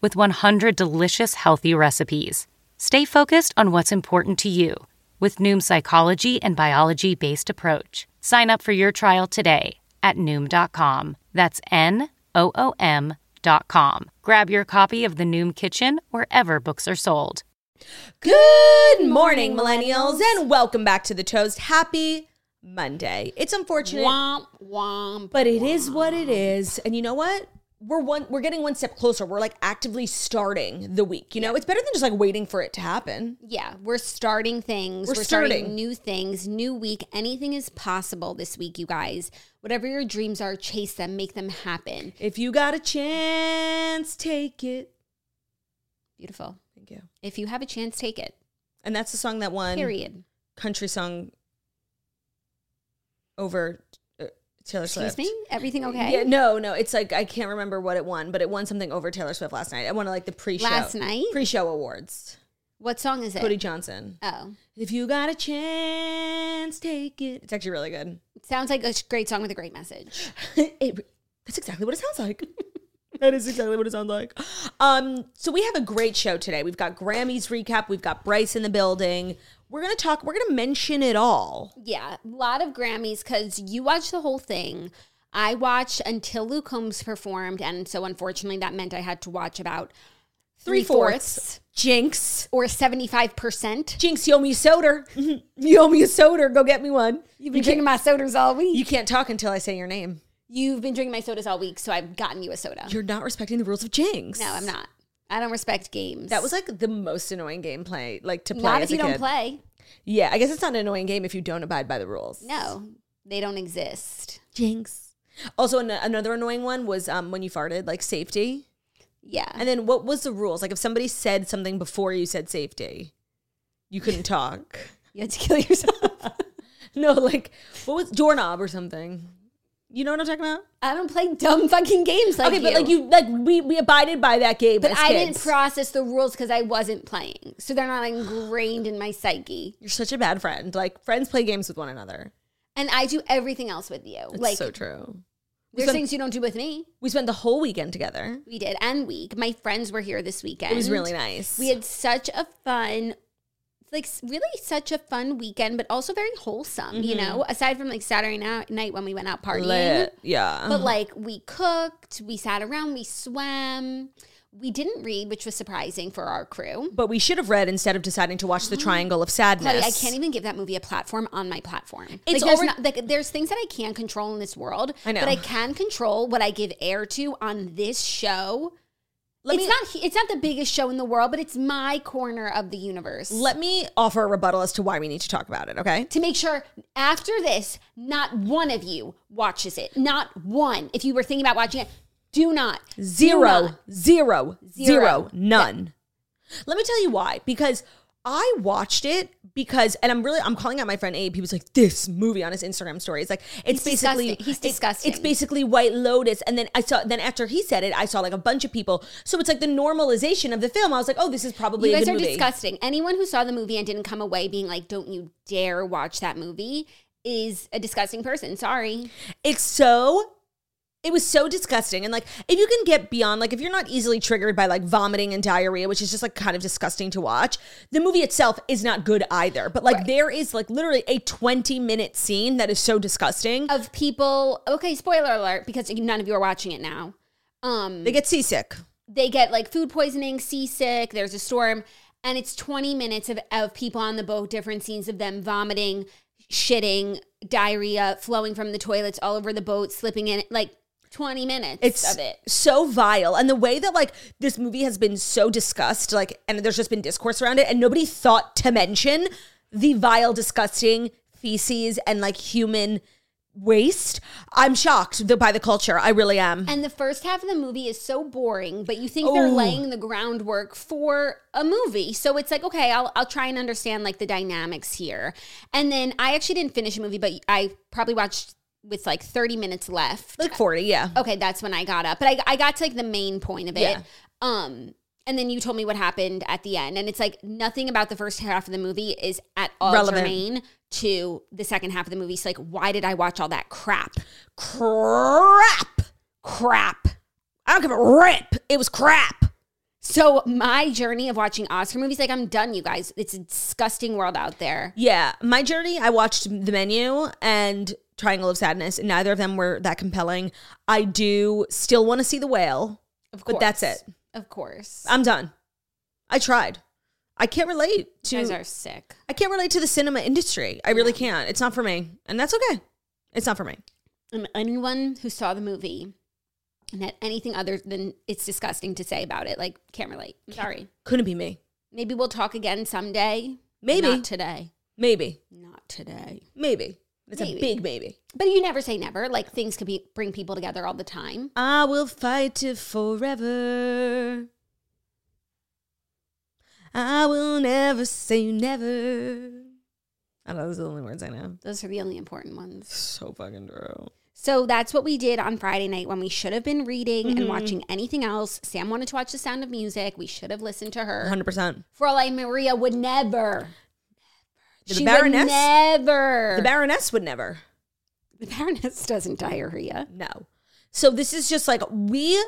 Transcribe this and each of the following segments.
with 100 delicious healthy recipes. Stay focused on what's important to you with Noom's psychology and biology based approach. Sign up for your trial today at Noom.com. That's N O O M.com. Grab your copy of The Noom Kitchen wherever books are sold. Good morning, millennials, and welcome back to the toast. Happy Monday. It's unfortunate, Womp womp. but it is what it is. And you know what? We're one. We're getting one step closer. We're like actively starting the week. You know, it's better than just like waiting for it to happen. yeah, we're starting things. We're We're, starting. starting. new things, new week. Anything is possible this week, you guys. Whatever your dreams are, chase them, make them happen. If you got a chance, take it. Beautiful. Thank you. If you have a chance, take it. And that's the song that won Period. country song over uh, Taylor Excuse Swift. me? Everything okay? Yeah, no, no. It's like I can't remember what it won, but it won something over Taylor Swift last night. I won like the pre-show Last night? pre-show awards. What song is it? Cody Johnson. oh. If you got a chance, take it. It's actually really good. It sounds like a sh- great song with a great message. It- that's exactly what it sounds like. that is exactly what it sounds like. Um, so we have a great show today. We've got Grammys recap. We've got Bryce in the building. We're gonna talk. We're gonna mention it all. Yeah, a lot of Grammys because you watched the whole thing. I watched until Luke Combs performed, and so unfortunately, that meant I had to watch about three fourths Jinx. or seventy five percent. Jinx, you owe me a soda. you owe me a soda. Go get me one. You've been drinking my sodas all You week. can't talk until I say your name. You, have been drinking my sodas all week, so I've gotten you a soda. You're not respecting the rules of Jinx. no, I'm not. I don't respect games. That was like the most annoying game play, like to play. not as if a you don't kid. play. Yeah, I guess it's not an annoying game if you don't abide by the rules. No, they don't exist. Jinx. Also, an- another annoying one was um, when you farted, like safety. Yeah, And then what was the rules? Like if somebody said something before you said safety, you couldn't talk. you had to kill yourself. No, like what was doorknob or something? You know what I'm talking about? I don't play dumb fucking games like okay, you. but like you, like we we abided by that game. But as I kids. didn't process the rules because I wasn't playing. So they're not ingrained in my psyche. You're such a bad friend. Like friends play games with one another. And I do everything else with you. It's like so true. there's some- things you don't do with me. We spent the whole weekend together. We did and week. My friends were here this weekend. It was really nice. We had such a fun like s- really such a fun weekend, but also very wholesome, you know, aside from like Saturday na- night when we went out partying. Mm-hmm. Lit. Uh-huh. Yeah. But like we cooked, we sat around, we swam. We didn't read, which was surprising for our crew. But we should have read instead of deciding to watch The Triangle of Sadness. Chloe, I can't even give that movie a platform on my platform. It's like, there's already- not, like there's things that I can't control in this world. I know. but I can control what I give air to on this show. Let it's me, not it's not the biggest show in the world, but it's my corner of the universe. Let me offer a rebuttal as to why we need to talk about it, okay? to make sure after this, not one of you watches it. Not one. If you were thinking about watching it, do not. Do Zero, not. zero, zero, Zero. none. Let me tell you why. Because I watched it because, and I'm really, I'm calling out my friend Abe. He was like, "This movie on his Instagram story." It's like, it's He's basically, disgusting. He's it- disgusting. It's basically White Lotus. And then I saw, then after he said it, I saw like a bunch of people. So it's like the normalization of the film. I was like, "Oh, this is probably You a guys good are movie. disgusting. Anyone who saw the movie and didn't come away being like, don't you dare watch that movie is a disgusting person. Sorry. it's so it was so disgusting and like if you can get beyond like if you're not easily triggered by like vomiting and diarrhea which is just like kind of disgusting to watch the movie itself is not good either but like there is like literally a 20 minute scene that is so disgusting Of people, okay, spoiler alert, because none of you are watching it now. Um, they get seasick they get like food poisoning, seasick, there's a storm. and it's 20 minutes of, of people on the boat, different scenes of them vomiting, shitting, diarrhea flowing from the toilets all over the boat, slipping in, like 20 minutes it's of it. so vile and the way that like this movie has been so discussed like and there's just been discourse around it and nobody thought to mention the vile disgusting feces and like human waste i'm shocked th- by the culture i really am And the first half of the movie is so boring, but you think they're laying the groundwork for a movie. So it's like, okay, I'll, I'll try and understand like the dynamics here. And then I actually didn't finish a movie, but I probably watched with like 30 minutes left. like 40 yeah Okay, that's when I got up. But I, I got to like the main point of it. Yeah. Um, and then you told me what happened at the end. And it's like nothing about the first half of the movie is at all Relevant. germane to the second half of the movie. So like, why did I watch all that crap? crap Crap. i don't give a rip it was crap So my journey of watching Oscar movies, like I'm done, you guys. It's a disgusting world out there. yeah my journey i watched the menu and triangle of sadness and neither of them were that compelling i do still want to see the whale Of course. But that's it. Of course. I'm done. I tried. I can't relate you guys to are sick. I can't relate to the cinema industry. I really can't. It's not for me. And that's okay. It's not for me. And Um, anyone who saw the movie and had anything other than it's disgusting to say about it, like can't relate. I'm sorry. Couldn't be me. Maybe we'll talk again someday. Maybe. Not today. Maybe. Not today. Maybe. It's Maybe. a big maybe. But you never say never. Like things could be bring people together all the time. I will fight it forever. I will never say never. I don't know, those are the only words I know. Those are the only important ones. So fucking true. So that's what we did on Friday night when we should have been reading Mm-hmm. and watching anything else. Sam wanted to watch The Sound of Music. We should have listened to her. 100%. Fräulein Maria would never. The she Baroness? would never. The Baroness would never. the Baroness doesn't diarrhea. No. So this is just like we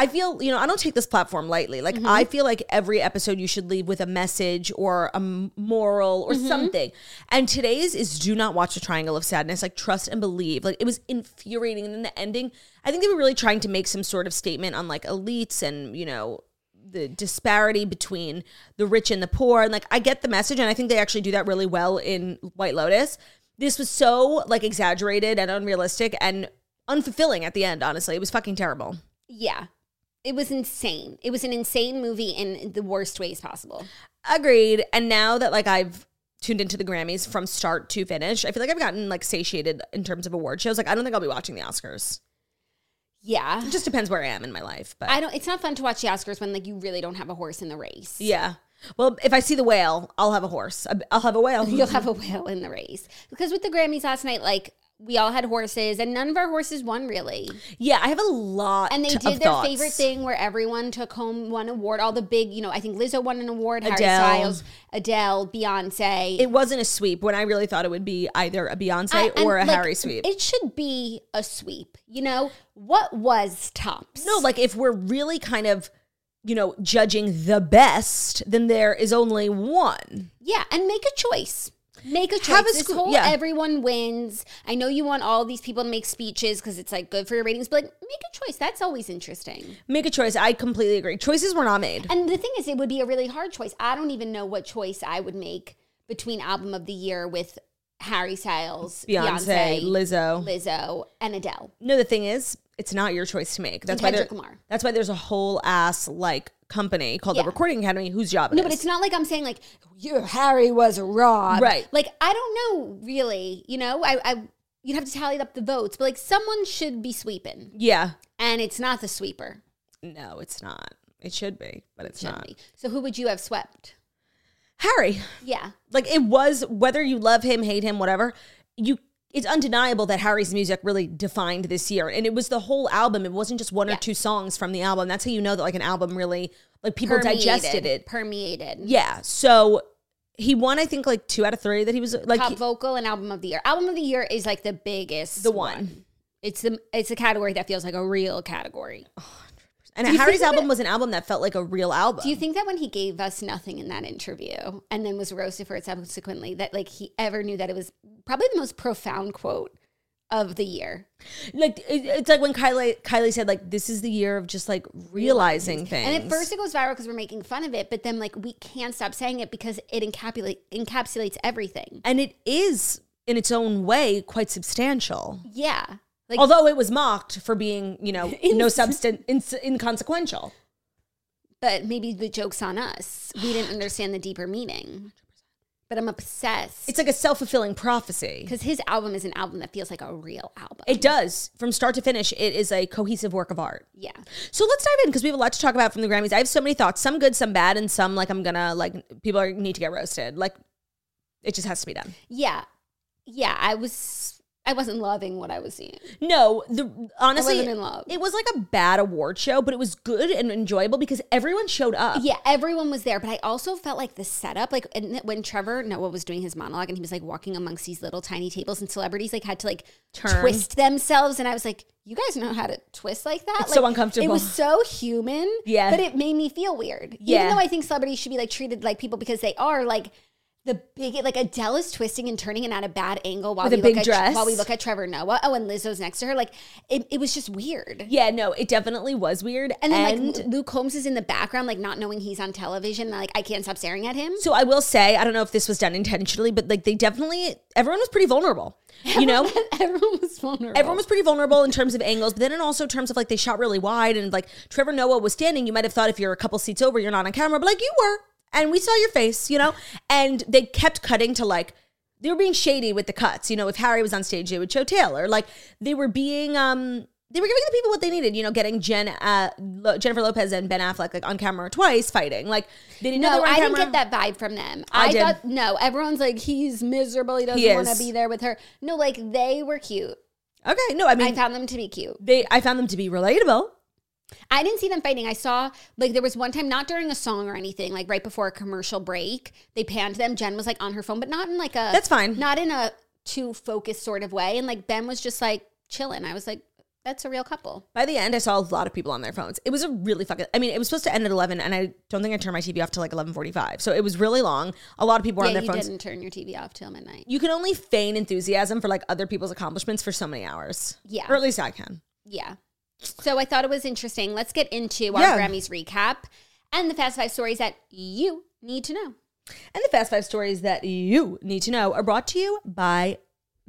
I feel, you know, I don't take this platform lightly. Like I feel like every episode you should leave with a message or a m- moral or something. And today's is do not watch the triangle of sadness, like trust and believe. Like it was infuriating and then the ending. I think they were really trying to make some sort of statement on like elites and, you know, the disparity between the rich and the poor and like i get the message and i think they actually do that really well in white lotus this was so like exaggerated and unrealistic and unfulfilling at the end honestly it was fucking terrible Yeah. It was insane. It was an insane movie in the worst ways possible. agreed and now that like i've tuned into the grammys from start to finish i feel like i've gotten like satiated in terms of award shows like i don't think i'll be watching the oscars Yeah. it just depends where i am in my life but I don't it's not fun to watch the Oscars when like you really don't have a horse in the race. yeah well if i see the whale i'll have a horse i'll have a whale You'll have a whale in the race. Because with the Grammys last night, like we all had horses and none of our horses won really. yeah i have a lot And they of did their thoughts. favorite thing where everyone took home one award. All the big, you know, I think Lizzo won an award, Harry Adele. Styles, Adele, Beyonce. it wasn't a sweep when I really thought it would be either a I- Beyonce and, or a like, Harry sweep. It should be a sweep. You know, what was tops? no, like if we're really kind of, you know, judging the best, then there is only one. Yeah, and make a choice. Make a choice. Have a this sque- whole yeah. everyone wins. I know you want all these people to make speeches because it's like good for your ratings, but like make a choice. That's always interesting. Make a choice. I completely agree. Choices were not made. And the thing is, it would be a really hard choice. I don't even know what choice I would make between album of the year with Harry Styles, Beyonce, Beyonce, Lizzo. Lizzo, and Adele. no, the thing is, it's not your choice to make. That's why there, Kendrick Lamar. That's why there's a whole ass like company called Yeah. the Recording Academy whose job it No, is. but it's not like I'm saying like your Harry was robbed. Right. Like I don't know really. You know, I, I you'd have to tally up the votes, but like someone should be sweeping, Yeah. and it's not the sweeper. No, it's not. It should be, but it's should not. be. So who would you have swept? Harry. Yeah. like it was whether you love him hate him whatever you it's undeniable that harry's music really defined this year and it was the whole album it wasn't just one Yeah. or two songs from the album that's how you know that like an album really like people digested it Permeated. yeah so he won i think like two out of three that he was like Top he- vocal and album of the year. Album of the year is like the biggest the one, It's the it's a category that feels like a real category. and Do you harry's think of album it- was an album that felt like a real album Do you think that when he gave us nothing in that interview and then was roasted for it subsequently, that like he ever knew that it was probably the most profound quote of the year. Like it- it's like when Kylie Kylie said like this is the year of just like realizing things. And at first it goes viral because we're making fun of it, but then like we can't stop saying it because it encapsulate, encapsulates everything. and it is in its own way quite substantial. Yeah. Like Although it was mocked for being, you know, no substance, ins inconsequential. but maybe the joke's on us. We didn't understand the deeper meaning. But I'm obsessed. It's like a self fulfilling prophecy. because his album is an album that feels like a real album. It does. From start to finish, it is a cohesive work of art. yeah. So let's dive in because we have a lot to talk about from the Grammys. I have so many thoughts, some good, some bad, and some like I'm gonna like people are need to get roasted. Like it just has to be done. Yeah. Yeah. I was I wasn't loving what I was seeing. No, the honestly, wasn't in love. it was like a bad award show, but it was good and enjoyable because everyone showed up. Yeah, everyone was there, but I also felt like the setup, like and that when Trevor Noah was doing his monologue and he was like walking amongst these little tiny tables and celebrities like had to like Turn. twist themselves, and I was like, "You guys know how to twist like that?" It's like, so uncomfortable. It was so human, Yeah. but it made me feel weird. Yeah. even though I think celebrities should be like treated like people because they are like. The big like Adele is twisting and turning and at a bad angle while With a we big look dress. at while we look at Trevor Noah. Oh, and Lizzo's next to her. Like it, it was just weird. Yeah, no, it definitely was weird. And then like Lu- Luke Holmes is in the background, like not knowing he's on television. Like I can't stop staring at him. So I will say, I don't know if this was done intentionally, but like they definitely, everyone was pretty vulnerable. You know, everyone was vulnerable. everyone was pretty vulnerable in terms of angles, but then in also terms of like they shot really wide and like Trevor Noah was standing. You might have thought if you're a couple seats over, you're not on camera, but like you were, and we saw your face, you know. And they kept cutting to like they were being shady with the cuts. You know, if Harry was on stage, they would show Taylor. Like they were being um. They were giving the people what they needed, you know, getting Jen, uh, Lo- Jennifer Lopez and Ben Affleck like on camera twice fighting. Like they didn't know they no, were on I didn't camera. get that vibe from them. I I, did. thought no, everyone's like he's miserable. He doesn't He want to is. be there with her. No, like they were cute. Okay, no, I mean, I found them to be cute. they I found them to be relatable. I didn't see them fighting. I saw like there was one time not during a song or anything, like right before a commercial break, they panned them. Jen was like on her phone, but not in like a That's fine. not in a too focused sort of way. And like Ben was just like chilling. I was like, that's a real couple. By the end, I saw a lot of people on their phones. It was a really fucking. I mean, it was supposed to end at eleven, and I don't think I turned my TV off till like eleven forty-five. So it was really long. A lot of people were on yeah, their you phones. didn't turn your TV off till midnight. You can only feign enthusiasm for like other people's accomplishments for so many hours. Yeah. or at least I can. Yeah. So I thought it was interesting. Let's get into our Yeah. Grammys recap and the Fast Five stories that you need to know. And the fast five stories that you need to know are brought to you by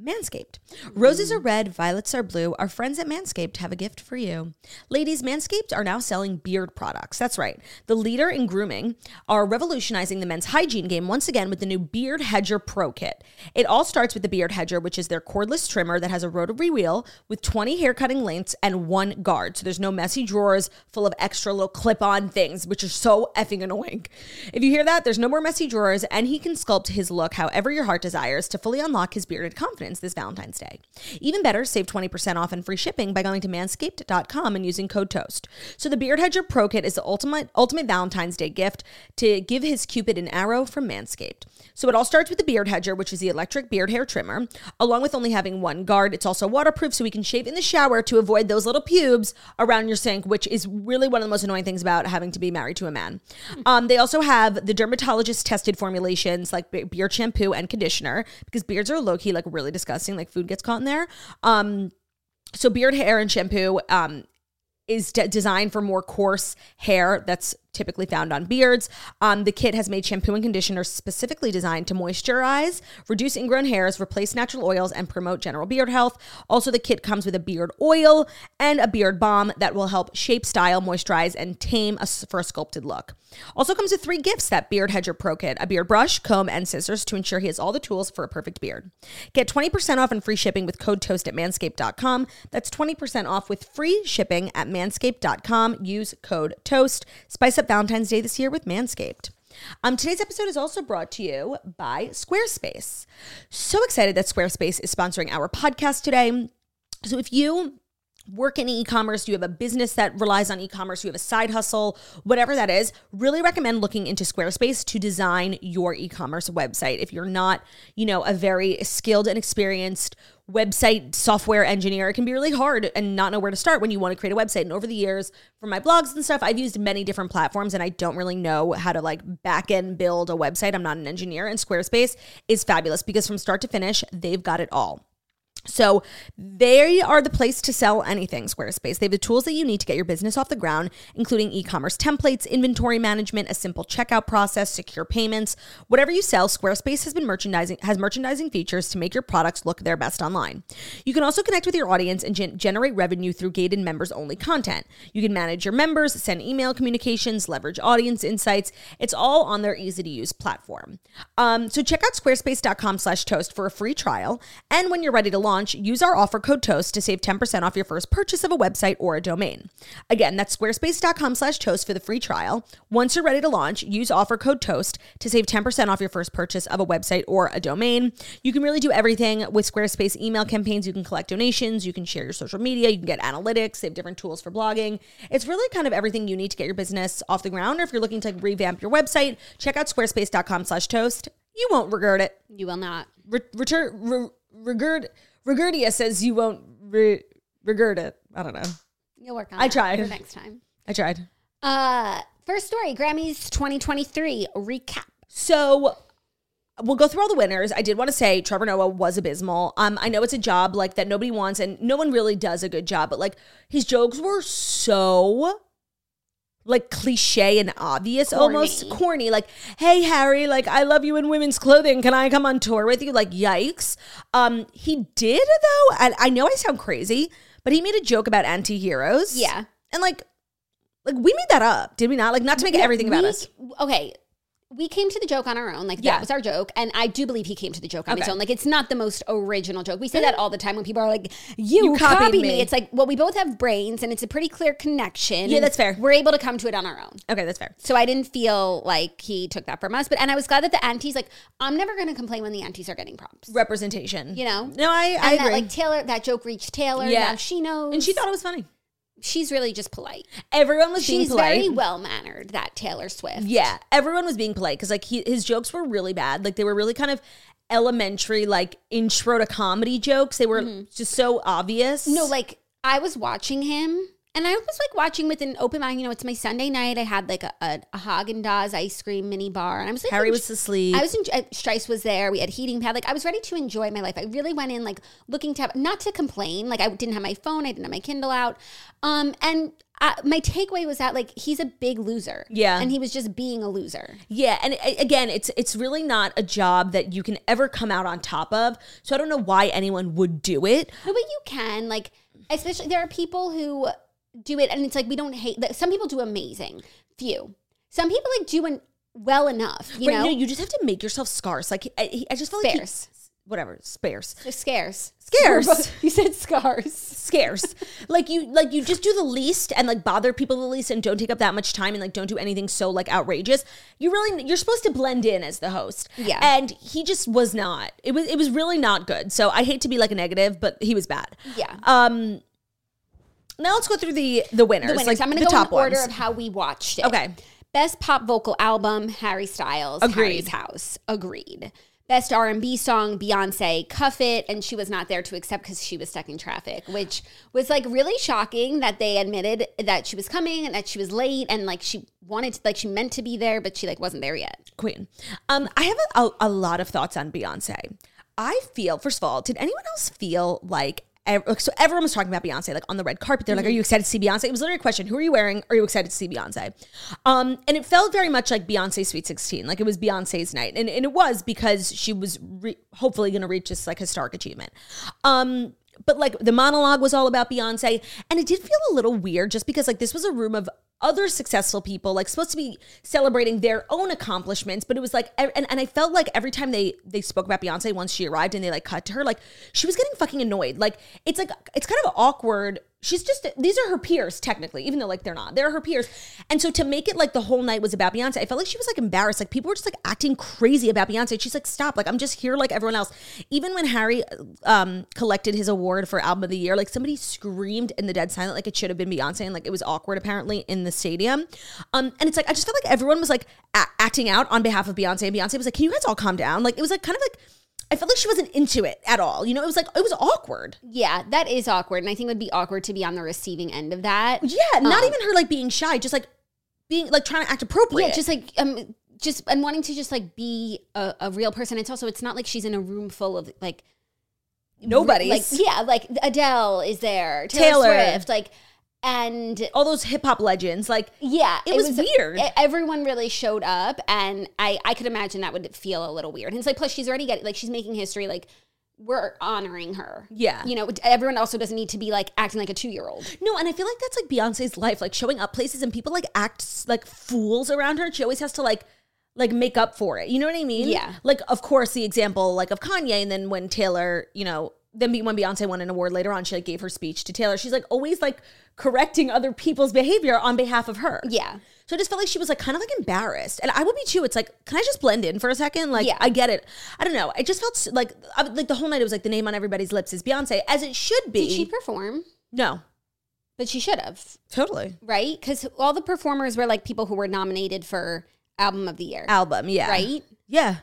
Manscaped. Roses are red, violets are blue. Our friends at Manscaped have a gift for you. Ladies, Manscaped are now selling beard products. That's right. The leader in grooming are revolutionizing the men's hygiene game once again with the new Beard Hedger Pro Kit. It all starts with the Beard Hedger, which is their cordless trimmer that has a rotary wheel with 20 hair cutting lengths and one guard. So there's no messy drawers full of extra little clip on things, which are so effing annoying. If you hear that, there's no more messy drawers, and he can sculpt his look however your heart desires to fully unlock his bearded confidence this Valentine's Day. Even better, save 20% off and free shipping by going to manscaped.com and using code TOAST. So the Beard Hedger Pro Kit is the ultimate ultimate Valentine's Day gift to give his cupid an arrow from Manscaped. So it all starts with the Beard Hedger, which is the electric beard hair trimmer, along with only having one guard. It's also waterproof so we can shave in the shower to avoid those little pubes around your sink, which is really one of the most annoying things about having to be married to a man. Um, they also have the dermatologist tested formulations like be- beard shampoo and conditioner because beards are low key like really disgusting, like food gets caught in there. Um, so beard hair and shampoo um, is de- designed for more coarse hair that's typically found on beards. Um, the kit has made shampoo and conditioner specifically designed to moisturize, reduce ingrown hairs, replace natural oils, and promote general beard health. Also, the kit comes with a beard oil and a beard balm that will help shape, style, moisturize, and tame a, s- for a sculpted look. Also comes with three gifts that Beard Hedger Pro Kit, a beard brush, comb, and scissors to ensure he has all the tools for a perfect beard. Get 20% off and free shipping with code TOAST at manscaped.com. That's 20% off with free shipping at manscaped.com. Use code TOAST. Spice up Valentine's Day this year with Manscaped. Um, today's episode is also brought to you by Squarespace. So excited that Squarespace is sponsoring our podcast today. So if you work in e-commerce, you have a business that relies on e-commerce, you have a side hustle, whatever that is, really recommend looking into Squarespace to design your e-commerce website. If you're not, you know, a very skilled and experienced website software engineer, it can be really hard and not know where to start when you want to create a website. And over the years, for my blogs and stuff, I've used many different platforms and I don't really know how to like back end build a website. I'm not an engineer and Squarespace is fabulous because from start to finish, they've got it all. So they are the place to sell anything, Squarespace. They have the tools that you need to get your business off the ground, including e-commerce templates, inventory management, a simple checkout process, secure payments. Whatever you sell, Squarespace has been merchandising has merchandising features to make your products look their best online. You can also connect with your audience and gen- generate revenue through gated members only content. You can manage your members, send email communications, leverage audience insights. It's all on their easy to use platform. Um, so check out squarespace.com slash toast for a free trial. And when you're ready to launch, use our offer code toast to save 10% off your first purchase of a website or a domain. Again, that's squarespace.com slash toast for the free trial. Once you're ready to launch, use offer code toast to save 10% off your first purchase of a website or a domain. You can really do everything with Squarespace email campaigns. You can collect donations, you can share your social media, you can get analytics, they have different tools for blogging. It's really kind of everything you need to get your business off the ground. Or if you're looking to like revamp your website, check out squarespace.com slash toast. You won't regret it. You will not. Re- return, re- regurg- Regurgia says you won't re- regurg it. I don't know. You'll work on I that tried. for next time. I tried. Uh, first story, Grammys 2023 recap. So we'll go through all the winners. I did want to say Trevor Noah was abysmal. Um, I know it's a job like that nobody wants, and no one really does a good job. But like his jokes were so like cliche and obvious, Corny. almost corny. Like, hey Harry, like I love you in women's clothing. Can I come on tour with you? Like, yikes. Um, he did though, and I know I sound crazy, but he made a joke about anti-heroes. Yeah. and like. Like we made that up, did we not? Like not to make everything about We- us. Okay. We came to the joke on our own. Like, Yeah. that was our joke. And I do believe he came to the joke on his Okay. Mm-hmm. own. Like, it's not the most original joke. We say that all the time when people are like, you, You copied copied, me. me. It's like, well, we both have brains and it's a pretty clear connection. Yeah, and that's fair. We're able to come to it on our own. Okay, that's fair. So I didn't feel like he took that from us. But, and I was glad that the aunties, like, I'm never going to complain when the aunties are getting props. representation. You know? No, I, I And agree. that, like, Taylor, that joke reached Taylor. Yeah. Yeah. she knows. and she thought it was funny. she's really just polite. Everyone was being She's polite. very well mannered, that Taylor Swift. yeah, everyone was being polite because like he, his jokes were really bad. Like they were really kind of elementary, like intro to comedy jokes. They were just so obvious. Mm-hmm. No, like I was watching him and I was like watching with an open mind. You know, it's my Sunday night. I had like a, a, a Haagen Dazs ice cream mini bar and I was like, Harry en- was asleep. I was in, uh, Strice was there. We had heating pad. Like I was ready to enjoy my life. I really went in like looking to have, not to complain. Like I didn't have my phone. I didn't have my Kindle out. Um, and I, my takeaway was that like he's a big loser. Yeah. and he was just being a loser. Yeah, and a- again, it's it's really not a job that you can ever come out on top of. So I don't know why anyone would do it. No, but you can like, especially there are people who do it, and it's like we don't hate. Like, some people do amazing, few. Some people like do an, well enough. You Right, know, no, you just have to make yourself scarce. Like I, he- I just felt like Sparse. he, whatever, sparse. They're scarce, Scarce. We're both- You said scars. scarce. like you like you just do the least and like bother people the least and don't take up that much time and like don't do anything so like outrageous. You really you're supposed to blend in as the host. Yeah. And he just was not. It was it was really not good. So I hate to be like a negative, but he was bad. Yeah. Um now let's go through the the winners. the winners. Like I'm going the to go top in order ones. of how we watched it. Okay. Best pop vocal album, Harry Styles, Agreed. Harry's House. Agreed. Best R&B song, Beyonce, Cuff It, and she was not there to accept because she was stuck in traffic, which was like really shocking that they admitted that she was coming and that she was late and like she wanted to, like she meant to be there, but she like wasn't there yet. Queen. Um, I have a, a, a lot of thoughts on Beyonce. I feel, first of all, did anyone else feel like, ev- like, so everyone was talking about Beyonce, like on the red carpet. They're like, are you excited to see Beyonce? It was literally a question. Who are you wearing? Are you excited to see Beyonce? Um, and it felt very much like Beyonce's Sweet 16. Like it was Beyonce's night. And, and it was because she was re- hopefully going to reach this like historic achievement. Um, but like the monologue was all about Beyonce. And it did feel a little weird just because like this was a room of other successful people, like supposed to be celebrating their own accomplishments. But it was like e-, and, and I felt like every time they they spoke about Beyonce once she arrived and they like cut to her, like she was getting fucking annoyed. Like it's like it's kind of awkward. She's just these are her peers technically, even though like they're not. They're her peers. And so to make it like the whole night was about Beyonce, I felt like she was like embarrassed. Like people were just like acting crazy about Beyonce. She's like, stop. Like I'm just here like everyone else. Even when Harry um collected his award for album of the year, like somebody screamed in the dead silent like it should have been Beyonce and like it was awkward apparently in the stadium. Um and it's like I just felt like everyone was like a- acting out on behalf of Beyonce and Beyonce was like, "Can you guys all calm down?" Like it was like kind of like I felt like she wasn't into it at all. You know, it was like it was awkward. Yeah, that is awkward. And I think it would be awkward to be on the receiving end of that. Yeah, not Um, even her like being shy, just like being like trying to act appropriate. Yeah, just like um, just and wanting to just like be a, a real person. It's also it's not like she's in a room full of like Nobody's. like yeah, like Adele is there, Taylor, Taylor. Swift, like, and all those hip hop legends. Like yeah, It was weird. e- Everyone really showed up, and I I could imagine that would feel a little weird. And it's like, plus she's already getting like she's making history, like. We're honoring her. Yeah. You know, everyone also doesn't need to be like acting like a two year old. no, and I feel like that's like Beyonce's life, like showing up places and people like act s- like fools around her. She always has to like like make up for it. You know what I mean? Yeah. Like of course the example like of Kanye, and then when Taylor, you know. Then be- when Beyonce won an award later on, she like gave her speech to Taylor. She's like always like correcting other people's behavior on behalf of her. Yeah. So I just felt like she was like kind of like embarrassed, and I would be too. It's like, can I just blend in for a second? Like, Yeah. I get it. I don't know. I just felt s- like I, like the whole night it was like the name on everybody's lips is Beyonce, as it should be. Did she perform? no, But she should have, totally right? Because all the performers were like people who were nominated for album of the year, album. Yeah, right? Yeah,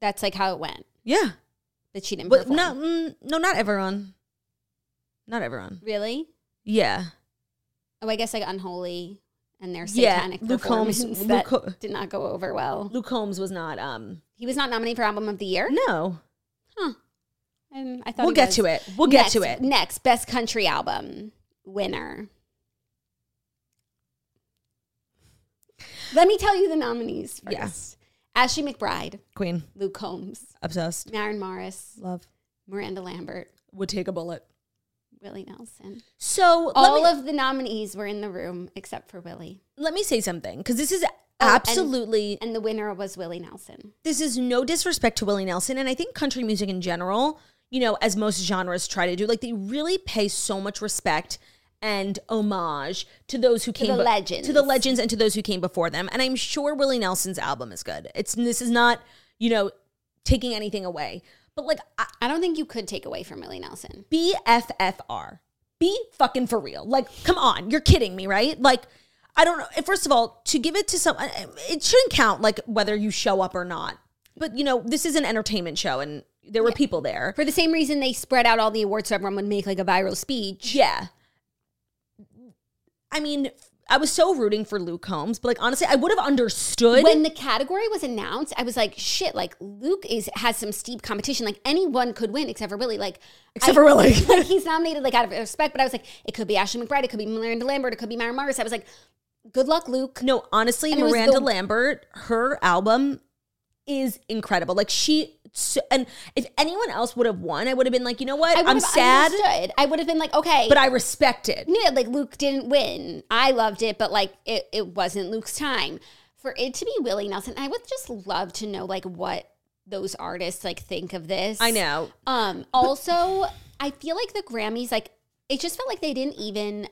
That's like how it went. yeah. But she didn't But perform. no, mm, no, not everyone. Not everyone. really. Yeah, Oh, I guess like unholy and their Yeah, satanic Luke Holmes- performance that Luke Ho- did not go over well. Luke Holmes was not. Um, He was not nominated for album of the year. no. Huh. Um, I thought We'll he get was. to it. We'll get Next- to it. Next, best country album winner. Let me tell you the nominees first. Yeah. Ashley McBride, Queen Luke Combs, obsessed Maren Morris, love Miranda Lambert, would take a bullet. Willie Nelson. So All let me, of the nominees were in the room except for Willie. let me say something because this is Oh, and- absolutely And the winner was Willie Nelson. this is no disrespect to Willie Nelson, and I think country music in general, you know, as most genres try to do, like they really pay so much respect and homage to those who came the be- legends. to the legends and to those who came before them. And I'm sure Willie Nelson's album is good. It's this is not you know taking anything away, but like I, I don't think you could take away from Willie Nelson. BFFR, be fucking for real. Like, come on, you're kidding me, right? Like. I don't know. First of all, to give it to some, it shouldn't count like whether you show up or not but you know this is an entertainment show and there were people there For the same reason they spread out all the awards so everyone would make like a viral speech. yeah i mean i was so rooting for luke holmes but like honestly i would have understood When the category was announced, I was like, shit, like Luke is has some steep competition. Like anyone could win except for Willie. Like Except for Willie. like he's nominated like out of respect, but I was like, it could be Ashley McBride, it could be Miranda Lambert, it could be Myron Morris. I was like, good luck, Luke. no honestly And it was miranda the- lambert her album is incredible like she so, and if anyone else would have won i would have been like you know what I would i'm have sad understood. I would have been like, okay. but i respect it yeah, like Luke didn't win. I loved it, but like it, it wasn't Luke's time. For it to be Willie Nelson, I would just love to know like what those artists like think of this. i know Um also, I feel like the Grammys like it just felt like they didn't even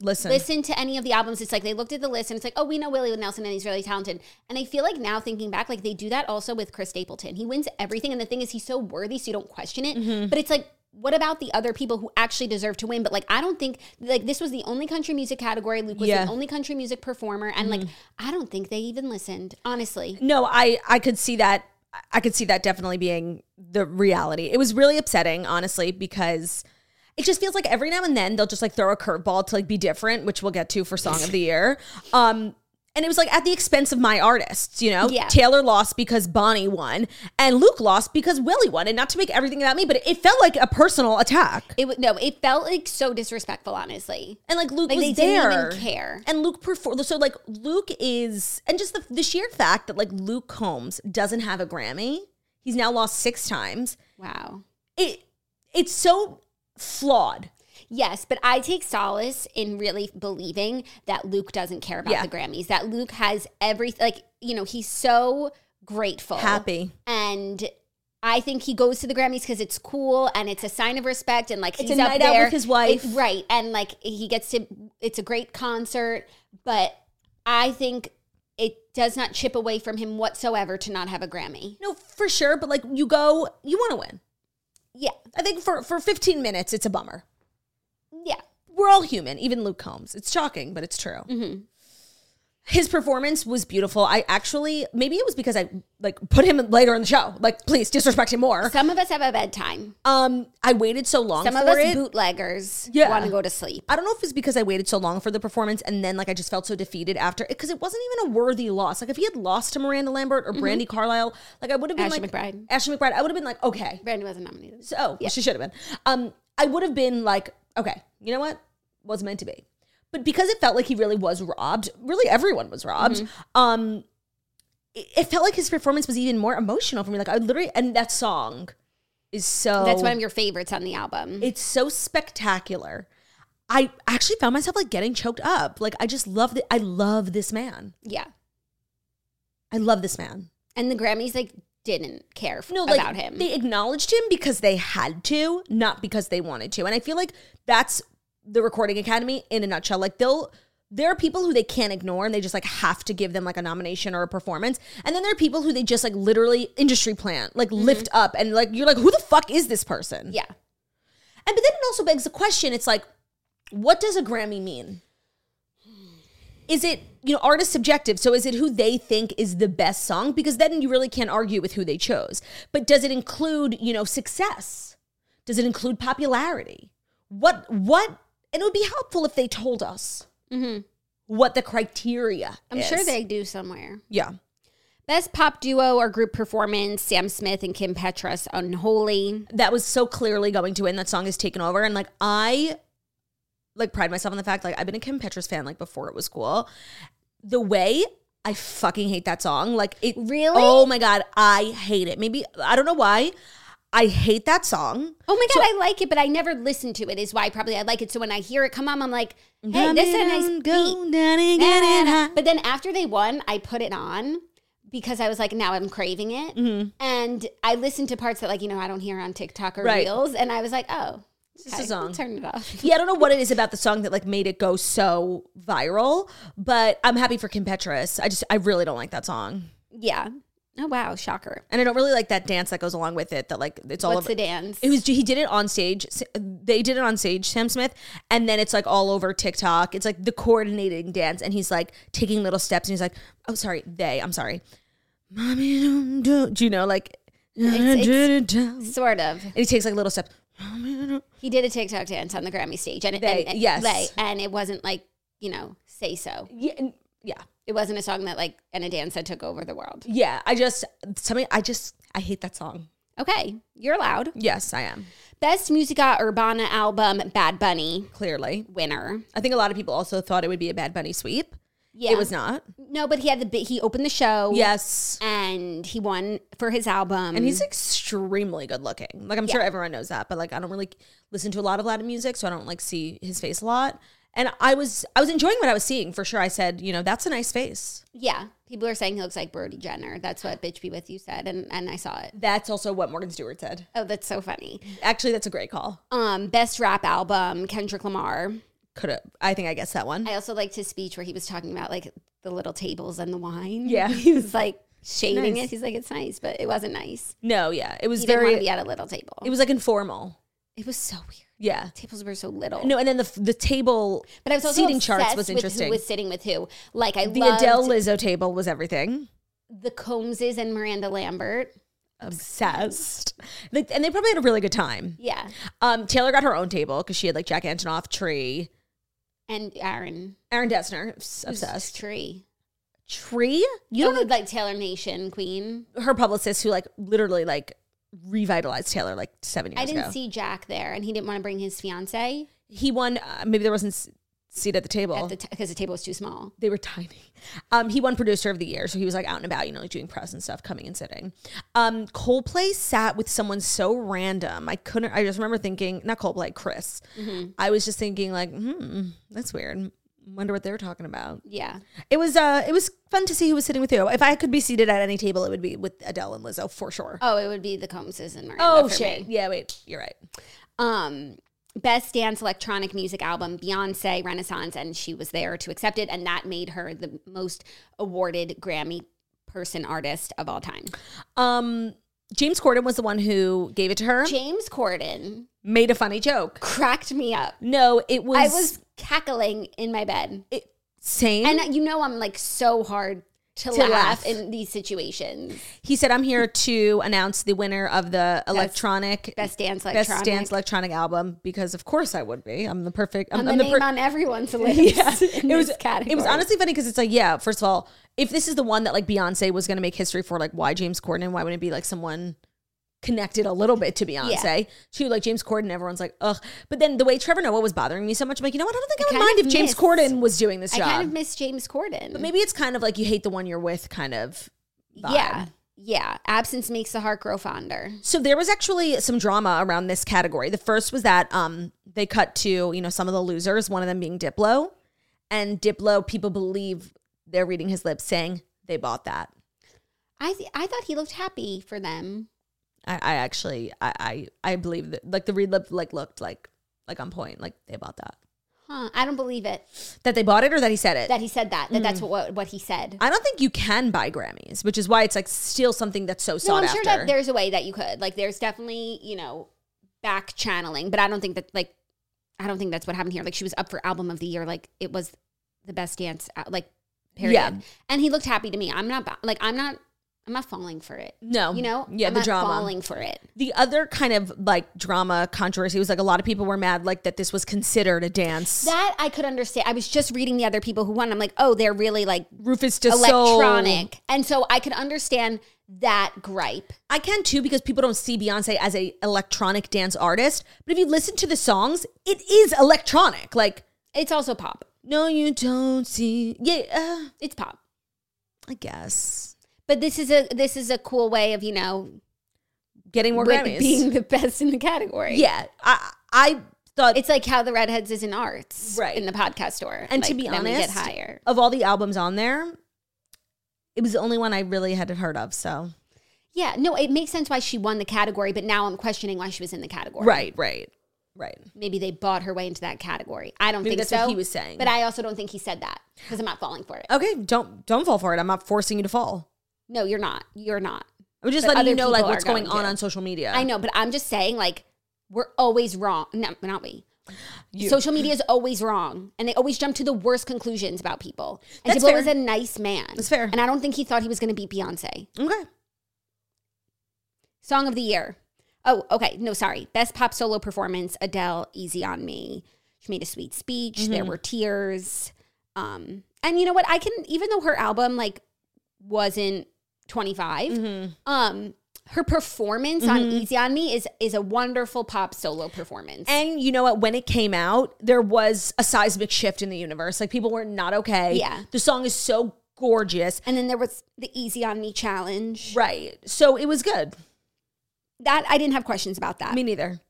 listen, listen to any of the albums. It's like they looked at the list and it's like, oh, we know Willie Nelson and he's really talented. And I feel like now thinking back, like they do that also with Chris Stapleton. He wins everything. And the thing is, he's so worthy, so you don't question it. But it's like, what about the other people who actually deserve to win? But like, I don't think, like, this was the only country music category. Luke was Yeah. the only country music performer. And like, I don't think they even listened, honestly. no i i could see that i could see that definitely being the reality it was really upsetting honestly because it just feels like every now and then they'll just like throw a curveball to like be different which we'll get to for song of the year um and it was like at the expense of my artists, you know? Yeah. Taylor lost because Bonnie won, and Luke lost because Willie won. And not to make everything about me, but it felt like a personal attack. It would, no, it felt like so disrespectful, honestly. And like Luke Like, was they didn't there. even care. And Luke performed. So like Luke is, and just the, the sheer fact that like Luke Combs doesn't have a Grammy, he's now lost six times. Wow. It it's so flawed. Yes, but I take solace in really believing that Luke doesn't care about Yeah. the Grammys, that Luke has everything. Like, you know, he's so grateful. Happy. And I think he goes to the Grammys because it's cool and it's a sign of respect. And like, It's he's a up night out with there. his wife. It- right. And like, he gets to, it's a great concert. But I think it does not chip away from him whatsoever to not have a Grammy. No, for sure. But like you go, you want to win. Yeah. I think for for 15 minutes, it's a bummer. Yeah. Mm-hmm. We're all human, even Luke Combs. It's shocking, but it's true. hmm his performance was beautiful. I actually maybe it was because I like put him later in the show. Like, please disrespect him more. Some of us have a bedtime. Um, I waited so long. Some for of us it. bootleggers Yeah. want to go to sleep. I don't know if it's because I waited so long for the performance and then like I just felt so defeated after because it wasn't even a worthy loss. Like if he had lost to Miranda Lambert or Brandy Carlisle, like I would have been Mm-hmm. Ashley like McBride. Ashley McBride. I would have been like, okay, Brandy wasn't nominated. so oh, well, she should have been. Um, I would have been like, okay, you know what, was meant to be, but because it felt like he really was robbed. Really, everyone was robbed. Mm-hmm. Um, it, it felt like his performance was even more emotional for me. Like I literally, and that song is so That's one of your favorites on the album. it's so spectacular. I actually found myself like getting choked up. Like I just love the I love this man. yeah. I love this man. And the Grammys like didn't care f- No, like about him. they acknowledged him because they had to, not because they wanted to. And I feel like that's the recording academy in a nutshell. Like they'll there are people who they can't ignore and they just like have to give them like a nomination or a performance. And then there are people who they just like literally industry plant, like lift Mm-hmm. up and like you're like, who the fuck is this person? yeah. And but then it also begs the question, it's like, what does a Grammy mean? Is it, you know, artist subjective? So is it who they think is the best song? Because then you really can't argue with who they chose. But does it include, you know, success? Does it include popularity? What what and it would be helpful if they told us what the criteria Mm-hmm. I'm is. sure they do somewhere. Yeah. Best pop duo or group performance, Sam Smith and Kim Petras, Unholy. that was so clearly going to win. That song has taken over, and like I, like pride myself on the fact like I've been a Kim Petras fan like before it was cool. The way I fucking hate that song, like it Really? Oh my god, I hate it. Maybe I don't know why. I hate that song. Oh my god, I like it, but I never listen to it. Is why probably I like it. So when I hear it come on, I'm like, hey, this is a nice beat. Na, na, na. But then after they won, I put it on because I was like, now I'm craving it. Mm-hmm. And I listened to parts that like you know I don't hear on TikTok or Right. Reels, and I was like, oh, just a okay, song. I'll Turn it off. yeah, I don't know what it is about the song that like made it go so viral, but I'm happy for Kim Petras. I just I really don't like that song. yeah. Oh wow, shocker. And I don't really like that dance that goes along with it that like it's all What's over the dance? It was he did it on stage. S- They did it on stage, Sam Smith, and then it's like all over TikTok. It's like the coordinating dance, and he's like taking little steps, and he's like, "Oh, sorry, they. I'm sorry, mommy, don't do." Do you know like? it's- and sort of. he takes like little steps. He did a TikTok dance on the Grammy stage, and, They- and, and yes. lay, and it wasn't like you know say so. Yeah, and- yeah, It wasn't a song that like and a dance that took over the world. yeah. I just something. I just I hate that song. Okay, you're allowed. Yes, I am Best Musica Urbana album, Bad Bunny clearly. winner. I think a lot of people also thought it would be a Bad Bunny sweep. Yeah, It was not. no, but he had the bi- he opened the show. Yes. and he won for his album. and he's extremely good looking. Like I'm sure everyone knows that, but like I don't really listen to a lot of Latin music, so I don't like see his face a lot. And I was I was enjoying what I was seeing for sure. I said, you know, that's a nice face. yeah, people are saying he looks like Brody Jenner. That's what "Bitch Be With You" said, and and I saw it. That's also what Morgan Stewart said. Oh, that's so funny. Actually, that's a great call. Um, best rap album, Kendrick Lamar. Could have I think I guessed that one. I also liked his speech where he was talking about like the little tables and the wine. Yeah. he was like shading Nice. it. He's like, it's nice, but it wasn't nice. no, yeah, it was He didn't want to very. be at a little table. It was like informal. it was so weird. Yeah. Tables were so little. No, and then the the table, but I was also seating charts obsessed was with interesting. Who was sitting with who? Like I the loved Adele Lizzo table was everything. the Combses and Miranda Lambert. Obsessed. Like, and they probably had a really good time. Yeah, Um, Taylor got her own table because she had like Jack Antonoff, Tree, and Aaron Aaron Dessner, obs- who's obsessed. Tree. Tree? You don't like Taylor Nation Queen. Her publicist who like literally like revitalized Taylor like seven years I didn't ago. see Jack there, and he didn't want to bring his fiance He won, uh, maybe there wasn't s- seat at the table. at the because the table was too small. they were tiny. Um, he won producer of the year, so he was like out and about, you know, like doing press and stuff, coming and sitting. Um, Coldplay sat with someone so random. I couldn't. I just remember thinking, not Coldplay, Chris. Mm-hmm. I was just thinking, like, hmm, that's weird. Wonder what they were talking about. Yeah, It was uh it was fun to see who was sitting with who. If I could be seated at any table, it would be with Adele and Lizzo for sure. Oh, it would be the Combses and Miranda. Oh, for me. Yeah, wait, you're right. Um, best dance electronic music album, Beyonce Renaissance, and she was there to accept it, and that made her the most awarded Grammy person artist of all time. Um James Corden was the one who gave it to her. James Corden made a funny joke. cracked me up. No, it was I was cackling in my bed. it, Same. And uh, you know, I'm like so hard to, To laugh. laugh, in these situations. he said, "I'm here to announce the winner of the electronic Best dance, best electronic. dance electronic album because, of course, I would be. I'm the perfect. I'm, I'm the I'm the name per- on everyone's list. in it was this category. it was honestly funny because it's like yeah first of all if this is the one that like Beyonce was going to make history for like why James Corden why wouldn't it be like someone connected a little bit to Beyonce to like James Corden everyone's like ugh but then the way Trevor Noah was bothering me so much I'm like you know what I don't think I, would kind mind if of James missed- Corden was doing this I job kind of miss James Corden. maybe it's kind of like you hate the one you're with kind of vibe. yeah, yeah. Absence makes the heart grow fonder. So there was actually some drama around this category. The first was that um they cut to, you know, some of the losers, one of them being Diplo. And Diplo, people believe they're reading his lips saying they bought that. I th- I thought he looked happy for them. I, I actually I, I I believe that like the read lip like looked like like on point, like they bought that. Huh? I don't believe it That they bought it or that he said it. that he said that. That that's Mm. what, what what he said. I don't think you can buy Grammys, which is why it's like still something that's so no, sought I'm after. sure that there's a way that you could. Like, there's definitely you know back channeling, but I don't think that like I don't think that's what happened here. Like, she was up for album of the year. Like, it was the best dance. out- Like, period. Yeah. And he looked happy to me. I'm not ba- like I'm not I'm not falling for it. no, You know, yeah, I'm the not drama. falling for it. The other kind of like drama controversy was like a lot of people were mad like that this was considered a dance. That I could understand. I was just reading the other people who won. I'm like, oh, they're really like Rufus just electronic, and so I could understand that gripe. I can too because people don't see Beyonce as a electronic dance artist. But if you listen to the songs, it is electronic. Like, It's also pop. no, you don't see. Yeah, uh, It's pop. I guess But this is a this is a cool way of you know getting more with Grammys. being the best in the category. yeah, I I thought it's like how the redheads is in arts, Right. In the podcast store, and to Like, be then honest, we get higher. of all the albums on there, it was the only one I really hadn't heard of. So Yeah, no, it makes sense why she won the category, but now I'm questioning why she was in the category. right, right, right. Maybe they bought her way into that category. I don't Maybe think that's what so. he was saying. but I also don't think he said that because I'm not falling for it. Okay, don't don't fall for it. I'm not forcing you to fall. No, you're not. You're not. I'm just But letting you other know like people what's are going, going on to. on social media. I know, but I'm just saying, like, we're always wrong. No, not we. You. Social media is always wrong, and they always jump to the worst conclusions about people. And That's Diplo fair. was a nice man. That's fair. And I don't think he thought he was going to beat Beyonce. Okay. Song of the year. Oh, okay. No, sorry. Best pop solo performance. Adele, "Easy on Me." She made a sweet speech. Mm-hmm. There were tears. Um, and you know what? I can even though her album like wasn't 25, Mm-hmm. um, her performance on "Easy on Me" is is a wonderful pop solo performance. And you know what? When it came out, there was a seismic shift in the universe. Like people were not okay. Yeah. The song is so gorgeous. and then there was the "Easy on Me" challenge. Right. So it was good. That I didn't have questions about that. Me neither.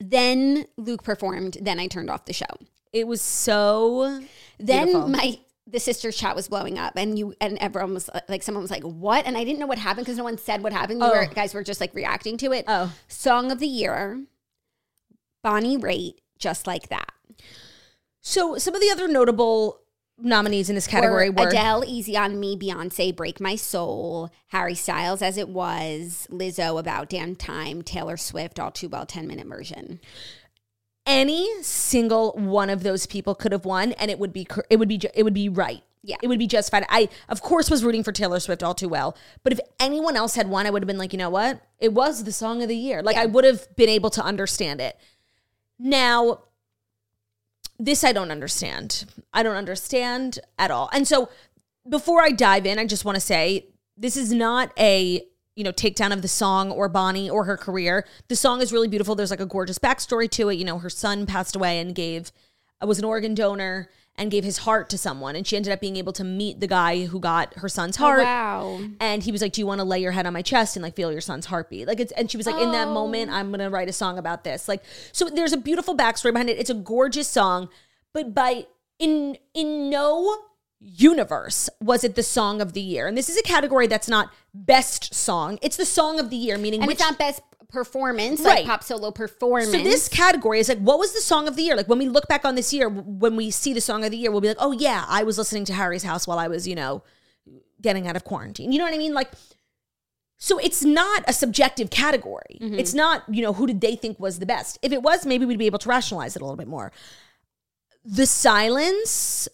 then Luke performed. Then I turned off the show. It was so then Beautiful. my the sisters chat was blowing up and you and everyone was uh, like someone was like what and i didn't know what happened because no one said what happened we Oh. were, guys were just like reacting to it Oh. song of the year bonnie raitt just like that So some of the other notable nominees in this category Were were, adele easy on me beyonce break my soul harry styles as it was lizzo about damn time taylor swift all too well 10 minute version any single one of those people could have won and it would be cor- it would be ju- it would be right. Yeah. It would be justified. I of course was rooting for Taylor Swift all too well, but if anyone else had won, I would have been like, "You know what? It was the song of the year." Like I would have been able to understand it. Now this I don't understand. I don't understand at all. And so before I dive in, I just want to say this is not a you know takedown of the song or Bonnie or her career. The song is really beautiful. There's like a gorgeous backstory to it. You know, her son passed away and gave was an organ donor and gave his heart to someone, and she ended up being able to meet the guy who got her son's heart. wow And he was like, "Do you want to lay your head on my chest and like feel your son's heartbeat?" Like it's and she was like, "In that moment, Oh. I'm gonna write a song about this." Like so, there's a beautiful backstory behind it. It's a gorgeous song, but by in in no universe was it the song of the year. And this is a category that's not best song; it's the song of the year, meaning and which it's not best performance Right. like pop solo performance so this category is like, what was the song of the year? Like when we look back on this year, w- when we see the song of the year, we'll be like, oh yeah, I was listening to Harry's House while I was, you know, getting out of quarantine. You know what I mean? Like, so it's not a subjective category. Mm-hmm. It's not, you know, who did they think was the best? If it was, maybe we'd be able to rationalize it a little bit more. The silence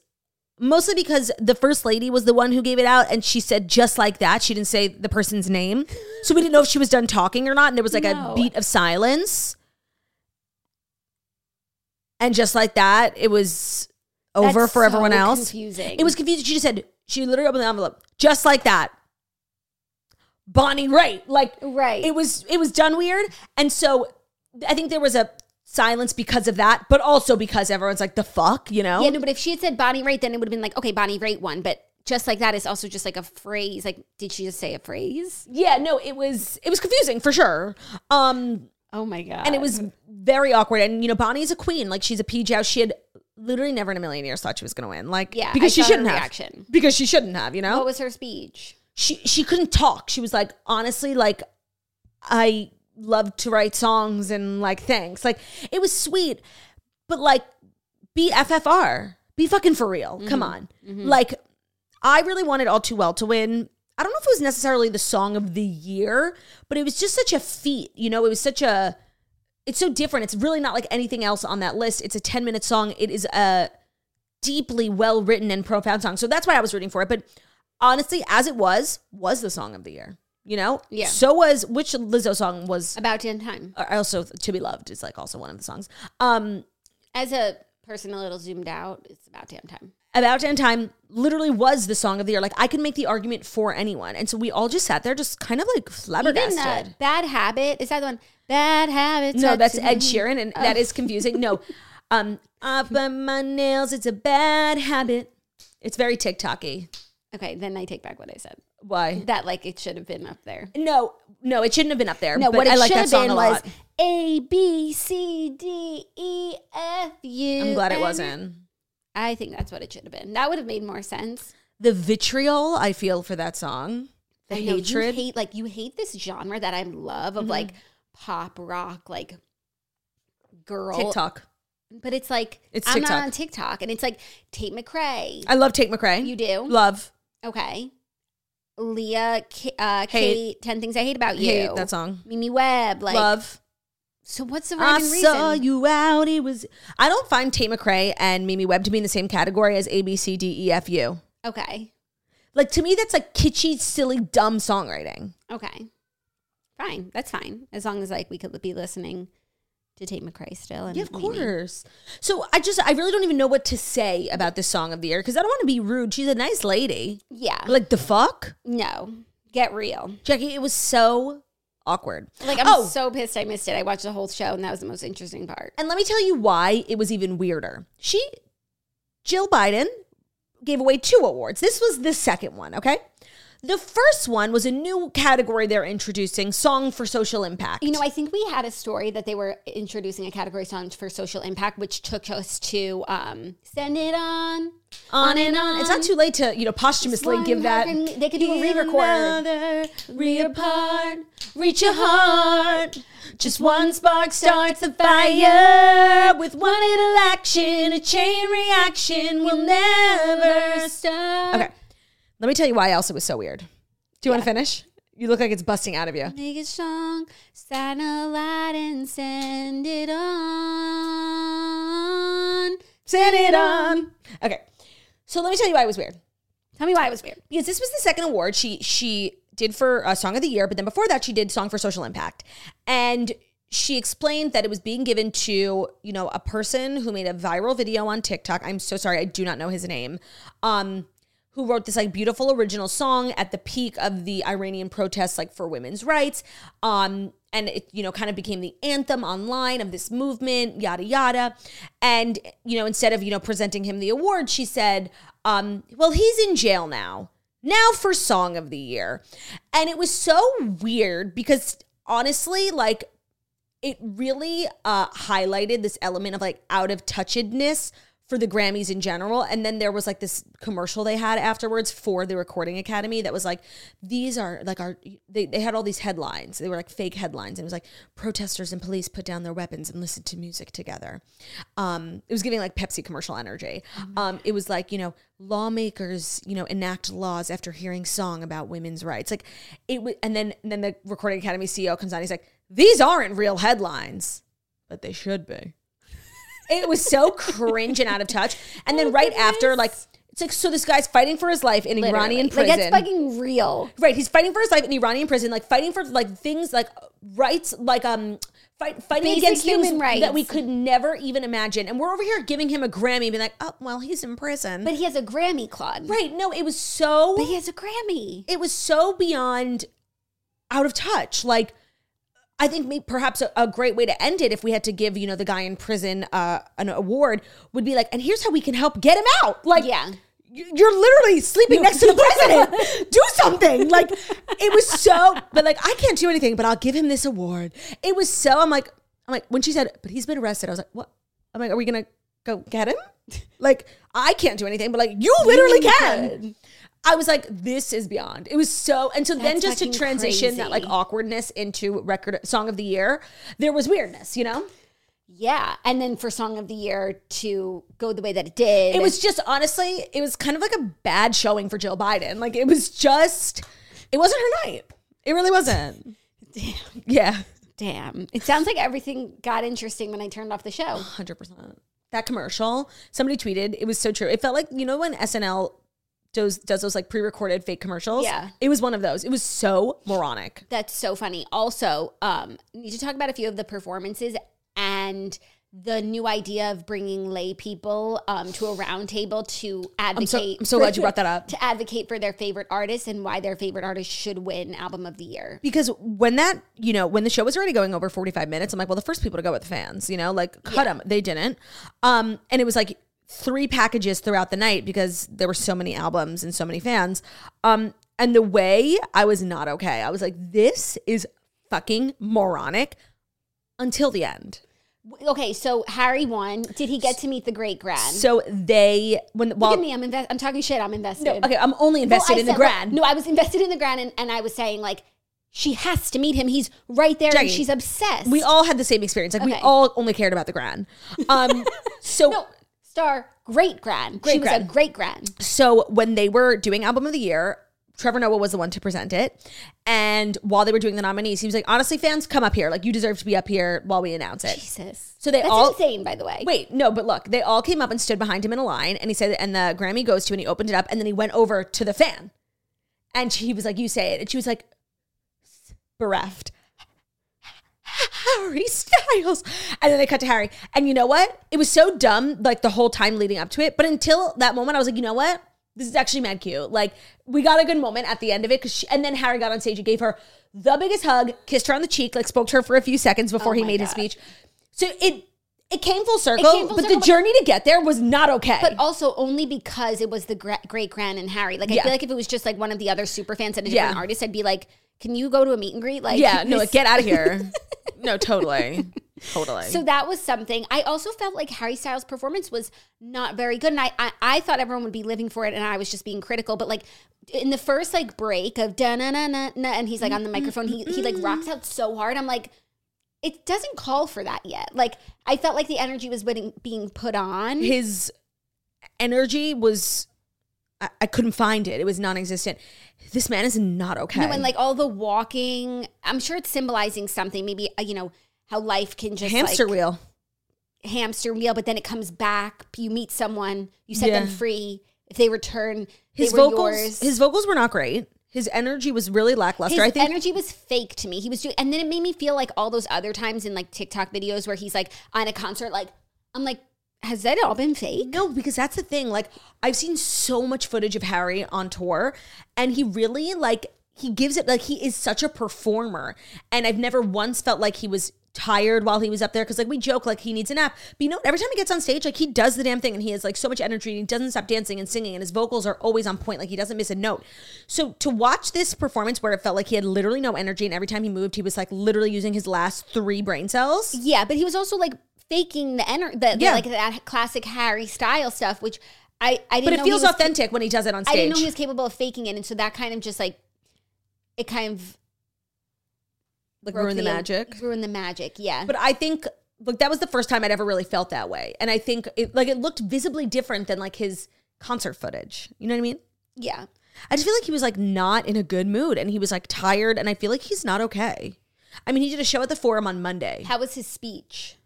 mostly because the first lady was the one who gave it out and she said just like that she didn't say the person's name so we didn't know if she was done talking or not and there was like No. a beat of silence and just like that it was over That's for everyone so else Confusing. it was confusing she just said she literally opened the envelope just like that bonnie right like right. it was it was done weird and so i think there was a silence because of that but also because everyone's like the fuck you know Yeah, no, but if she had said Bonnie Raitt, then it would have been like, okay, Bonnie Raitt won. But just like that is also just like a phrase. Like, did she just say a phrase? yeah no it was it was confusing for sure um Oh my God. and it was very awkward and you know bonnie's a queen like she's a pj she had literally never in a million years thought she was gonna win like Yeah, because I she saw her shouldn't have reaction. because she shouldn't have you know What was her speech? she she couldn't talk she was like honestly like i love to write songs and like thanks like it was sweet but like be ffr be fucking for real come on like i really wanted all too well to win i don't know if it was necessarily the song of the year but it was just such a feat you know it was such a it's so different it's really not like anything else on that list it's a 10 minute song it is a deeply well written and profound song so that's why i was rooting for it but honestly as it was was the song of the year you know Yeah. so was which lizzo song was About to end time. I also to be loved is like also one of the songs um As a person a little zoomed out, it's about damn time. About Damn Time literally was the song of the year. Like I can make the argument for anyone. And so we all just sat there just kind of like Even flabbergasted. uh, Bad Habit. Is that the one? Bad Habits. no, are that's to Ed me. Oh. Sheeran and that is confusing. No. Um up on my nails, it's a bad habit. It's very TikTok-y. Okay, then I take back what I said. Why? That, like, it should have been up there. No, no, it shouldn't have been up there. No, but what it I like should that have song been a was lot. A, B, C, D, E, F, U. I'm glad it N. wasn't. I think that's what it should have been. That would have made more sense. The vitriol I feel for that song. The I know, hatred. You hate like you hate this genre that I love of like Mm-hmm. pop rock, like girl TikTok. But it's like It's I'm TikTok. not on TikTok, and it's like Tate McRae. I love Take McRae. You do? Love. Okay, Leah, K- uh, Hate. Kate, Ten Things I Hate About You. Hate that song. Mimi Webb. Like, love. so what's the I rhyme and saw reason? you out. It was. I don't find Tate McRae and Mimi Webb to be in the same category as A B C D E F U. Okay, Like to me, that's like kitschy, silly, dumb songwriting. okay, fine. That's fine as long as like we could be listening to Tate McRae still. And Yeah, of Mimi. course. So I just, I really don't even know what to say about this song of the year because I don't want to be rude. She's a nice lady. Yeah, Like the fuck, no, get real. Jackie. It was so awkward. Like I'm Oh. so pissed I missed it. I watched the whole show and that was the most interesting part. And let me tell you why it was even weirder. She, Jill Biden, gave away two awards. This was the second one, okay? The first one was a new category they're introducing Song for Social Impact. You know, I think we had a story that they were introducing a category song for social impact, which took us to um, "Send It On." on and on. It's not too late to, you know, posthumously One give that. heart- they could do a Give re-record. another, Reapart, reach your heart. Just one spark starts the fire. With one little action, a chain reaction will never stop. Okay. Let me tell you why else it was so weird. Do you want to finish? You look like it's busting out of you. Make a song, sign a light, and send it on. Set it on. Okay. So let me tell you why it was weird. Tell me why it was weird. Because this was the second award she she did for uh, Song of the Year, but then before that she did Song for Social Impact. And she explained that it was being given to, you know, a person who made a viral video on TikTok. I'm so sorry, I do not know his name. Um who wrote this like beautiful original song at the peak of the Iranian protests like for women's rights. Um and it you know kind of became the anthem online of this movement, yada yada. And you know instead of you know presenting him the award, she said, um well he's in jail now. Now for song of the year. And it was so weird because honestly like it really uh, highlighted this element of like out of touchedness for the Grammys in general. And then there was like this commercial they had afterwards for the Recording Academy that was like, these are like our, they, they had all these headlines. They were like fake headlines. And it was like, protesters and police put down their weapons and listened to music together. Um, it was giving like Pepsi commercial energy. Um, it was like, you know, lawmakers, you know, enact laws after hearing song about women's rights. Like it was, and then, and then the Recording Academy CEO comes on. He's like, these aren't real headlines, but Oh they should be. It was so cringe and out of touch. And then right after, like It's like so this guy's fighting for his life in Iranian Literally. prison. Like, that's fucking real. Right, he's fighting for his life in Iranian prison, like fighting for like things like rights, like um, fight, fighting Basic against human things rights. that we could never even imagine. And we're over here giving him a Grammy, being like, oh well, he's in prison. But he has a Grammy, Claude. right, no, it was so But he has a Grammy. it was so beyond out of touch. Like, I think maybe perhaps a, a great way to end it, if we had to give you know the guy in prison uh, an award, would be like, and here's how we can help get him out. Like, Yeah. y- you're literally sleeping next to the president. Do something. Like, it was so. But like, I can't do anything. But I'll give him this award. It was so. I'm like, I'm like, when she said, but he's been arrested. I was like, what? I'm like, are we gonna go get him? Like, I can't do anything. But like, you literally can. I was like, this is beyond. It was so, and so then That's just to fucking transition that crazy. like awkwardness into record song of the year, there was weirdness, you know? Yeah. And then for Song of the Year to go the way that it did. It was just honestly, it was kind of like a bad showing for Jill Biden. Like it was just, it wasn't her night. It really wasn't. Yeah, damn. It sounds like everything got interesting when I turned off the show. 100%. That commercial, somebody tweeted, it was so true. It felt like, you know, when SNL does, does those like pre recorded fake commercials? Yeah. It was one of those. It was so moronic. That's so funny. Also, um, need to talk about a few of the performances and the new idea of bringing lay people um, to a round table to I'm advocate. so, I'm so glad you brought that up. To advocate for their favorite artists and why their favorite artist should win album of the year. because when that you know when the show was already going over 45 minutes i'm like well the first people to go were the fans you know like cut them they didn't um and it was like three packages throughout the night because there were so many albums and so many fans um and the way i was not okay i was like this is fucking moronic until the end Okay, so Harry won. Did he get to meet the great grand? so they when Look while at me. I'm invest- I'm talking shit. I'm invested. no, okay i'm only Well, invested I in the said- well, grand no, I was invested in the grand, and, and I was saying like, she has to meet him. He's right there, Jackie, and she's obsessed. we all had the same experience like we Okay. all only cared about the grand um so no star great grand. Great she was grand. a great grand. So when they were doing album of the year, Trevor Noah was the one to present it. And while they were doing the nominees, he was like, honestly, fans, come up here. Like, you deserve to be up here while we announce it. Jesus. So they That's all. insane, by the way. Wait, no, but look, they all came up and stood behind him in a line. And he said, and the Grammy goes to, and he opened it up, and then he went over to the fan. And she was like, you say it. And she was like, bereft. Harry Styles. And then they cut to Harry. And you know what? It was so dumb, like the whole time leading up to it. But until that moment, I was like, you know what? This is actually mad cute. Like, we got a good moment at the end of it. Cause she, and then Harry got on stage and gave her the biggest hug, kissed her on the cheek, like spoke to her for a few seconds before Oh he my made his God. speech. So it it came full circle, came full but circle, the but- journey to get there was not okay. But also only because it was the gra- great grand and Harry. Like I Yeah. feel like if it was just like one of the other super fans and a Yeah. different artist, I'd be like, can you go to a meet and greet? Like yeah, no, this- like, get out of here. no, totally. Totally. So that was something. I also felt like Harry Styles' performance was not very good, and I, I I thought everyone would be living for it, and I was just being critical. But like in the first like break of da na na na na, and he's like on the microphone, he he like rocks out so hard. I'm like, it doesn't call for that yet. Like I felt like the energy was being being put on. his energy was I, I couldn't find it. It was non existent. This man is not okay. No, and like all the walking, I'm sure it's symbolizing something. Maybe uh, you know how life can just hamster like, wheel. hamster wheel, but then it comes back. You meet someone, you set them Yeah. free. If they return, His they were vocals yours. his vocals were not great. His energy was really lackluster. I His think energy was fake to me. He was doing, and then it made me feel like all those other times in like TikTok videos where he's like on a concert, like I'm like, has that all been fake? No, because that's the thing. Like I've seen so much footage of Harry on tour and he really like he gives it like he is such a performer and I've never once felt like he was tired while he was up there because like we joke like he needs a nap but you know every time he gets on stage like he does the damn thing and he has like so much energy and he doesn't stop dancing and singing and his vocals are always on point like he doesn't miss a note so to watch this performance where it felt like he had literally no energy and every time he moved he was like literally using his last three brain cells Yeah, but he was also like faking the energy, the, the, Yeah. like that classic Harry style stuff, which I I but didn't. know it he feels was- authentic when he does it on stage I didn't know he was capable of faking it, and so that kind of just like it kind of like broke ruin the magic Ruined the magic. Yeah, But I think like that was the first time I'd ever really felt that way. And I think it like it looked visibly different than like his concert footage. You know what I mean? yeah. I just feel like he was like not in a good mood and he was like tired and I feel like he's not okay. I mean, he did a show at the Forum on Monday. How was his speech?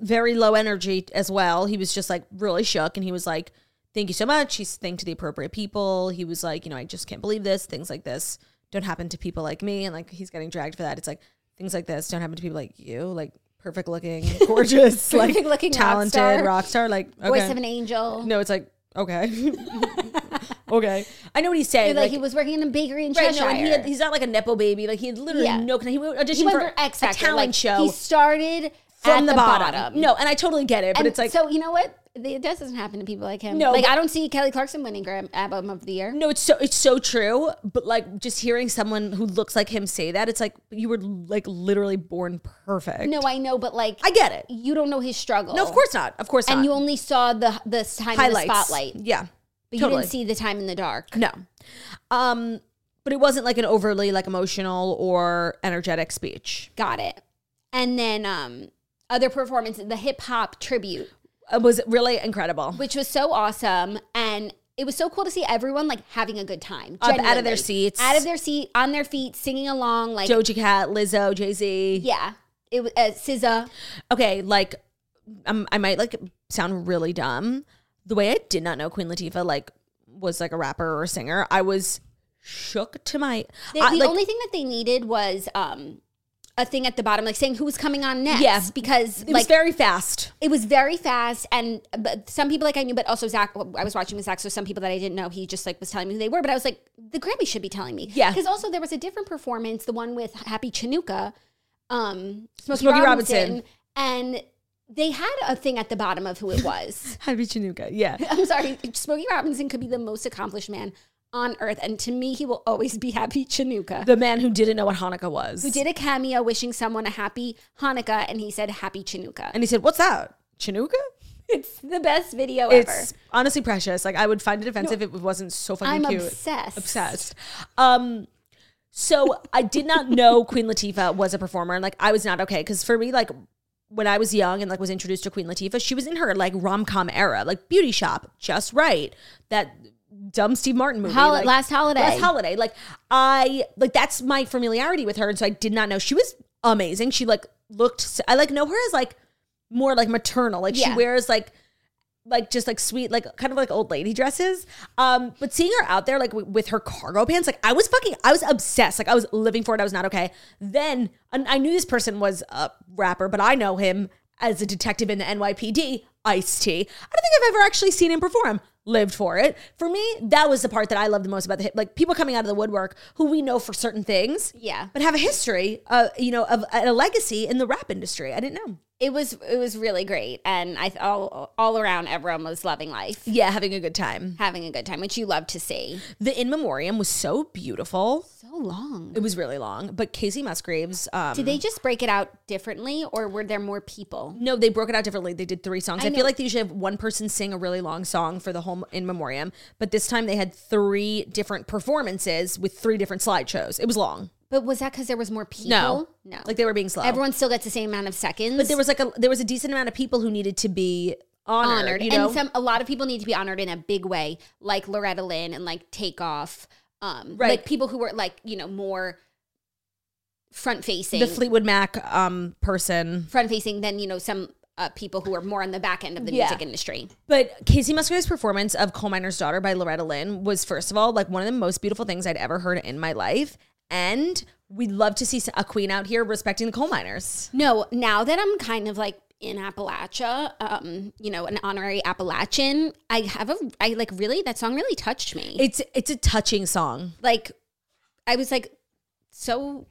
Very low energy as well. He was just like really shook and he was like thank you so much. He's thanked the appropriate people. He was like, you know, I just can't believe this. Things like this don't happen to people like me. And like he's getting dragged for that. It's like things like this don't happen to people like you. Like perfect looking, gorgeous, like Perfect looking rock talented rock star. star. like okay. Voice of an angel. No, it's like okay, okay. I know what he's saying. Like, he was working in a bakery in Right, Cheshire. no, and he had, he's not like a nepo baby. Like he had literally Yeah. no. conne- He auditioned He went for, for X a Factor. talent like, show He started from at the, bottom. No, and I totally get it, but And it's like so you know what? The- It doesn't happen to people like him. No, No, like but- I don't see Kelly Clarkson winning Gram Album of the Year. no, it's so it's so true. But like just hearing someone who looks like him say that, it's like you were like literally born perfect. No, I know, but like I get it. you don't know his struggle. No, of course not. Of course not. And you only saw the the time in the spotlight, but Yeah, you totally. didn't see the time in the dark. No. Um, but it wasn't like an overly like emotional or energetic speech. Got it. And then um other performance, the hip hop tribute, It was really incredible. which was so awesome, and it was so cool to see everyone like having a good time, Up out of their genuinely. seats. out of their seat, on their feet, singing along, like Doja Cat, Lizzo, Jay Z. yeah. It was uh, SZA. Okay, like um, I might like sound really dumb. The way I did not know Queen Latifah like was like a rapper or a singer, I was shook to my. The, I, the like, only thing that they needed was um, a thing at the bottom, like saying who was coming on next. Yeah. because it like was very fast. it was very fast, and but some people like I knew, but also Zach. I was watching with Zach, so some people that I didn't know, he just like was telling me who they were. But I was like, the Grammy should be telling me, Yeah. Because also there was a different performance, the one with Happy Chinooka, um, Smokey, Smokey Robinson, Robinson. and they had a thing at the bottom of who it was. Happy Chinooka, yeah. I'm sorry, Smokey Robinson could be the most accomplished man on earth, and to me, he will always be Happy Chinooka The man who didn't know what Hanukkah was, who did a cameo wishing someone a happy Hanukkah, and he said happy Chinooka. and he said, "What's that, Chinooka?" it's the best video ever. It's honestly precious. Like I would find it offensive if it wasn't so fucking I'm cute. obsessed. Obsessed. Um so I did not know Queen Latifah was a performer and like I was not okay cuz for me like when I was young and like was introduced to Queen Latifah, she was in her like rom-com era, like Beauty Shop, Just Right, that dumb Steve Martin movie. Hol- like- last holiday. Last holiday. Like I like that's my familiarity with her and so I did not know she was amazing. She like looked s- I like know her as like more like maternal. Like she Yeah. wears like like just like sweet like kind of like old lady dresses um but seeing her out there like w- with her cargo pants like i was fucking i was obsessed like i was living for it i was not okay then and i knew this person was a rapper but i know him as a detective in the nypd ice t i don't think i've ever actually seen him perform lived for it for me that was the part that i loved the most about the hip like people coming out of the woodwork who we know for certain things Yeah. but have a history uh you know of a legacy in the rap industry i didn't know It was it was really great, and I th- all all around everyone was loving life, yeah having a good time having a good time, which you love to see. the in memoriam was so beautiful So long. It was really long, but Casey Musgraves. Um, Did they just break it out differently, or were there more people? no, they broke it out differently. They did three songs. I, I feel know. like they usually have one person sing a really long song for the whole in memoriam, but this time they had three different performances with three different slideshows. It was long. But was that because there was more people? No, no. like they were being slow. everyone still gets the same amount of seconds. but there was like a there was a decent amount of people who needed to be honored. you know? and some a lot of people need to be honored in a big way, like Loretta Lynn and like Takeoff, um, Right. like people who were like you know more front facing, the Fleetwood Mac um person, front facing than you know some uh, people who are more on the back end of the Yeah. music industry. But Casey Musgrave's performance of Coal Miner's Daughter by Loretta Lynn was, first of all, like one of the most beautiful things I'd ever heard in my life. And we'd love to see a queen out here respecting the coal miners. No, now that I'm kind of like in Appalachia, um, you know, an honorary Appalachian, I have a I like really that song really touched me. It's it's a touching song. like I was like so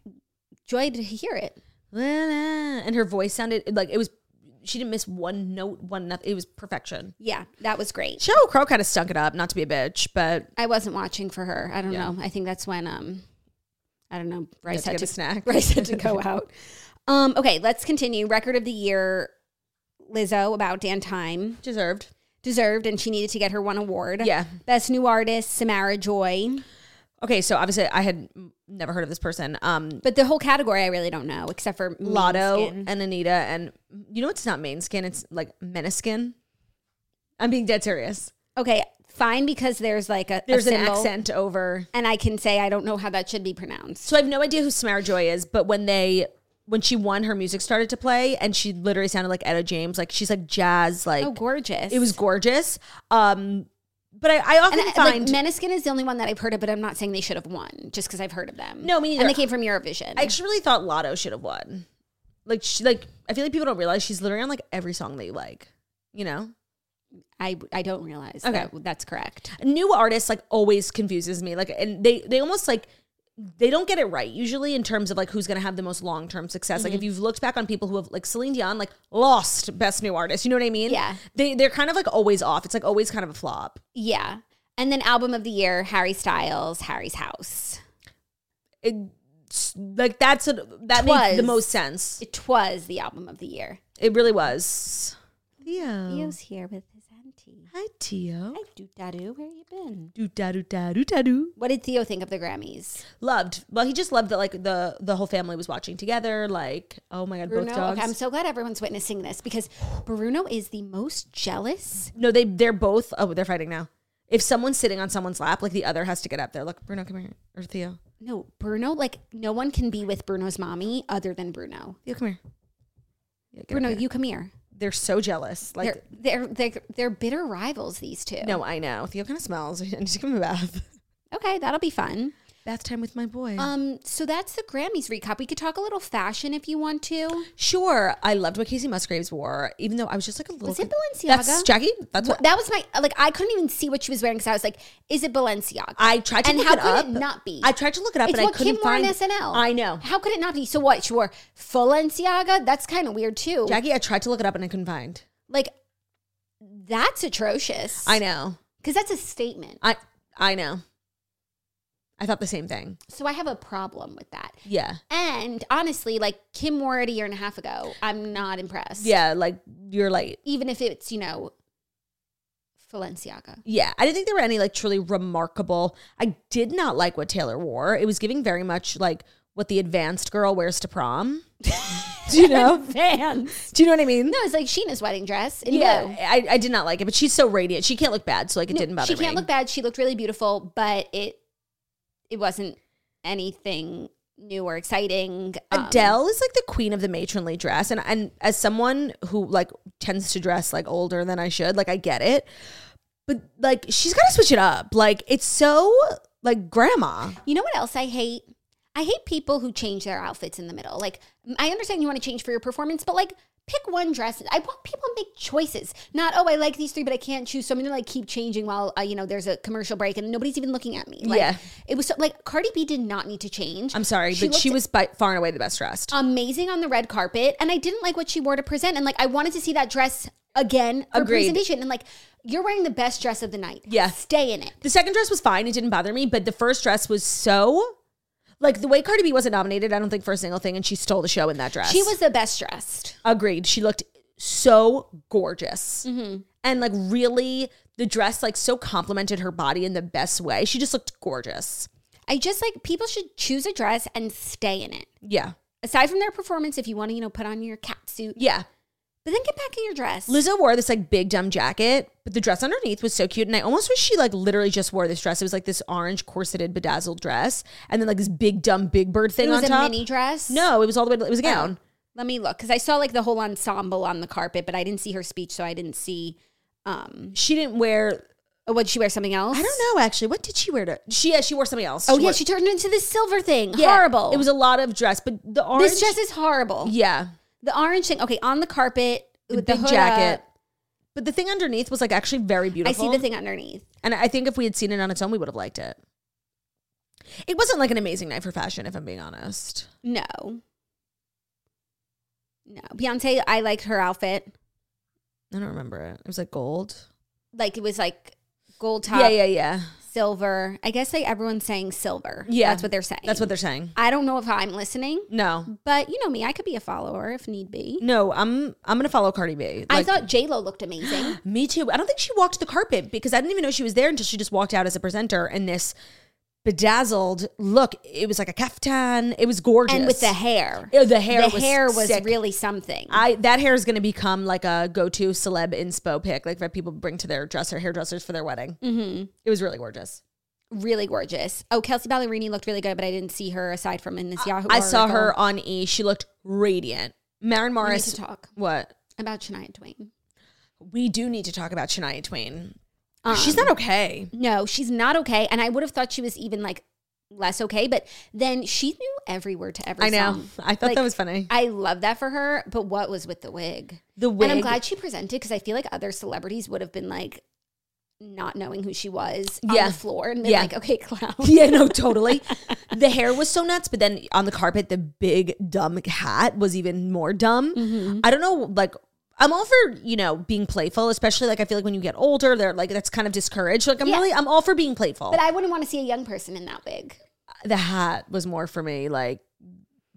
joyed to hear it. And her voice sounded like it was. She didn't miss one note, one nothing. It was perfection. Yeah, that was great. Sheryl Crow kind of stunk it up, not to be a bitch, but I wasn't watching for her. I don't Yeah. know. I think that's when um I don't know. Bryce to had get to, a snack. Bryce had to go out. Um okay, let's continue. Record of the year Lizzo about Dan Time deserved. deserved and she needed to get her one award. Yeah. Best new artist Samara Joy. Okay, so obviously I had never heard of this person. Um, But the whole category I really don't know except for Mean Lotto Skin. and Anita, and you know it's not main skin, it's like meniskin. I'm being dead serious. Okay, fine because there's like a a There's an symbol, accent over. and I can say I don't know how that should be pronounced. So I have no idea who Samara Joy is, but when they when she won, her music started to play, and she literally sounded like Etta James. Like she's like jazz, like Oh, gorgeous. it was gorgeous. Um, but I, I often And I, like find Meniskin is the only one that I've heard of, but I'm not saying they should have won just because I've heard of them. No, me neither. And they came from Eurovision. I actually really thought Lotto should have won. Like she, like I feel like people don't realize she's literally on like every song they like. You know, I, I don't realize. Okay. that- that's correct. new artists like always confuses me. Like, and they they almost like they don't get it right usually in terms of like who's going to have the most long term success. Like Mm-hmm. if you've looked back on people who have like Celine Dion like lost best new artist. You know what I mean? Yeah. They they're kind of like always off. It's like always kind of a flop. Yeah. And then album of the year, Harry Styles, Harry's House. It's, like that's a, that made Twas. the most sense. It was the album of the year. It really was. Yeah. Theo's here with his auntie. Hi Tio. Hi, Doodadoo. Where you been? Do da do da do da do. What did Theo think of the Grammys? Loved. Well, he just loved that like the the whole family was watching together. Like, oh my god, both Bruno. dogs. Okay, I'm so glad everyone's witnessing this because Bruno is the most jealous. No, they they're both. Oh, they're fighting now. If someone's sitting on someone's lap, like the other has to get up there. Look, Bruno, come here, or Theo. No, Bruno, like no one can be with Bruno's mommy other than Bruno. Theo, come here. Yeah, get up Bruno, here. you come here. They're so jealous. Like, they're, they're they're they're bitter rivals. These two. no, I know. Theo kind of smells. I need to give him a bath. Okay, that'll be fun. Bath time with my boy. Um, so that's the Grammys recap. We could talk a little fashion if you want to. sure. I loved what Casey Musgraves wore, even though I was just like a little. Was it That's Balenciaga? Jackie. That's what. That was my like. I couldn't even see what she was wearing because I was like, "Is it Balenciaga?" I tried to and look how it could up. it not be? I tried to look it up, It's and what I couldn't Kim find. wore on SNL. I know. How could it not be? So what? She wore Balenciaga. That's kind of weird too. Jackie, I tried to look it up and I couldn't find. like that's atrocious. I know. because that's a statement. I I know. I thought the same thing. So I have a problem with that. Yeah. And honestly, like Kim wore it a year and a half ago. I'm not impressed. Yeah, like you're like even if it's you know, Balenciaga. yeah, I didn't think there were any like truly remarkable. I did not like what Taylor wore. It was giving very much like what the advanced girl wears to prom. Do you know? Man, Do you know what I mean? no, it's like Sheena's wedding dress. In yeah, blue. I, I did not like it, but she's so radiant. She can't look bad, so like it No, didn't bother she me. can't look bad. She looked really beautiful, but it it wasn't anything new or exciting. Um, Adele is like the queen of the matronly dress, and and as someone who like tends to dress like older than I should, like I get it, but like she's got to switch it up. Like it's so like grandma. You know what else I hate? I hate people who change their outfits in the middle. Like I understand you want to change for your performance, but like pick one dress. I want people to make choices. Not oh, I like these three, but I can't choose, so I'm gonna like keep changing while uh, you know there's a commercial break and nobody's even looking at me. Like, Yeah. it was so, like Cardi B did not need to change. I'm sorry, but she looked Um, was by far and away the best dressed. amazing on the red carpet and I didn't like what she wore to present and like I wanted to see that dress again for Agreed. presentation and like you're wearing the best dress of the night. Yeah. Stay in it. The second dress was fine. It didn't bother me, but the first dress was so like the way Cardi B wasn't nominated, I don't think for a single thing, and she stole the show in that dress. She was the best dressed. agreed. She looked so gorgeous. Mm-hmm. And like really the dress like so complimented her body in the best way. She just looked gorgeous. I just like people should choose a dress and stay in it. Yeah. Aside from their performance, if you want to, you know, put on your cat suit, Yeah. but then get back in your dress. Lizzo wore this like big dumb jacket, but the dress underneath was so cute. And I almost wish she like literally just wore this dress. It was like this orange corseted bedazzled dress, and then like this big dumb big bird thing it was on a top. mini dress. no, it was all the way. To, it was a Oh. gown. Let me look because I saw like the whole ensemble on the carpet, but I didn't see her speech, so I didn't see. Um, She didn't wear. oh, would she wear something else? I don't know actually. What did she wear to? She yeah, she wore something else. Oh yeah, wore- she turned into this silver thing. Yeah, horrible. It was a lot of dress, but the orange. This dress is horrible. yeah, The orange thing. Okay, on the carpet the with big the hood jacket. up. But the thing underneath was like actually very I beautiful. see the thing underneath. and I think if we had seen it on its own, we would have liked it. It wasn't like an amazing night for fashion, if I'm being honest. No. No, Beyonce. I liked her outfit. I don't remember it. It was like gold. Like it was like gold top. Yeah, yeah, yeah. silver. I guess like everyone's saying silver. Yeah. that's what they're saying. That's what they're saying. I don't know if I'm listening, No, but you know me. I could be a follower if need be. no. I'm I'm gonna follow Cardi B. I Like, thought J Lo looked amazing. me too. I don't think she walked the carpet because I didn't even know she was there until she just walked out as a presenter in this bedazzled look. It was like a kaftan. It was gorgeous. And with the hair, Yeah, the hair the was hair was sick. really something. I that hair is gonna become like a go to celeb inspo pick, like that people bring to their dresser hairdressers for their wedding. hmm It was really gorgeous. Really gorgeous. Oh, Kelsey Ballerini looked really good, but I didn't see her aside from in this Yahoo. I saw article. her on E. She looked radiant. Marin We need Morris. to talk What? about Shania Twain. We do need to talk about Shania Twain. Um, She's not okay. No, she's not okay. And I would have thought she was even like less okay, but then she knew every word to every I know. song. I thought Like, that was funny. I love that for her, but what was with the wig? The wig. And I'm glad she presented because I feel like other celebrities would have been like not knowing who she was Yeah. on the floor and been Yeah. like, okay, clown. yeah, no, totally. the hair was so nuts, but then on the carpet, the big dumb hat was even more dumb. Mm-hmm. I don't know, like. I'm all for you know being playful, especially like I feel like when you get older, they're like that's kind of discouraged. Like I'm Yeah. really, I'm all for being playful. But I wouldn't want to see a young person in that wig. the hat was more for me, like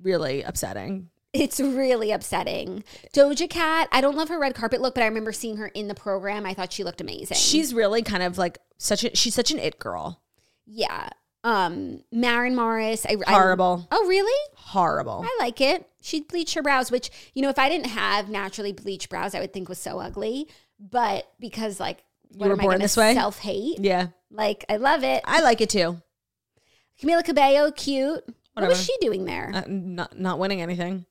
really upsetting. It's really upsetting. Doja Cat, I don't love her red carpet look, but I remember seeing her in the program. I thought she looked amazing. She's really kind of like such a she's such an it girl. yeah. Um, Marin Morris, I, I- Horrible. oh, really? Horrible. I like it. She bleached her brows, which, you know, if I didn't have naturally bleached brows, I would think was so ugly. But because, like, what were am I born gonna this way? Self hate. yeah, Like, I love it. I like it too. Camila Cabello, cute. What Whatever. was she doing there? Uh, not not winning anything.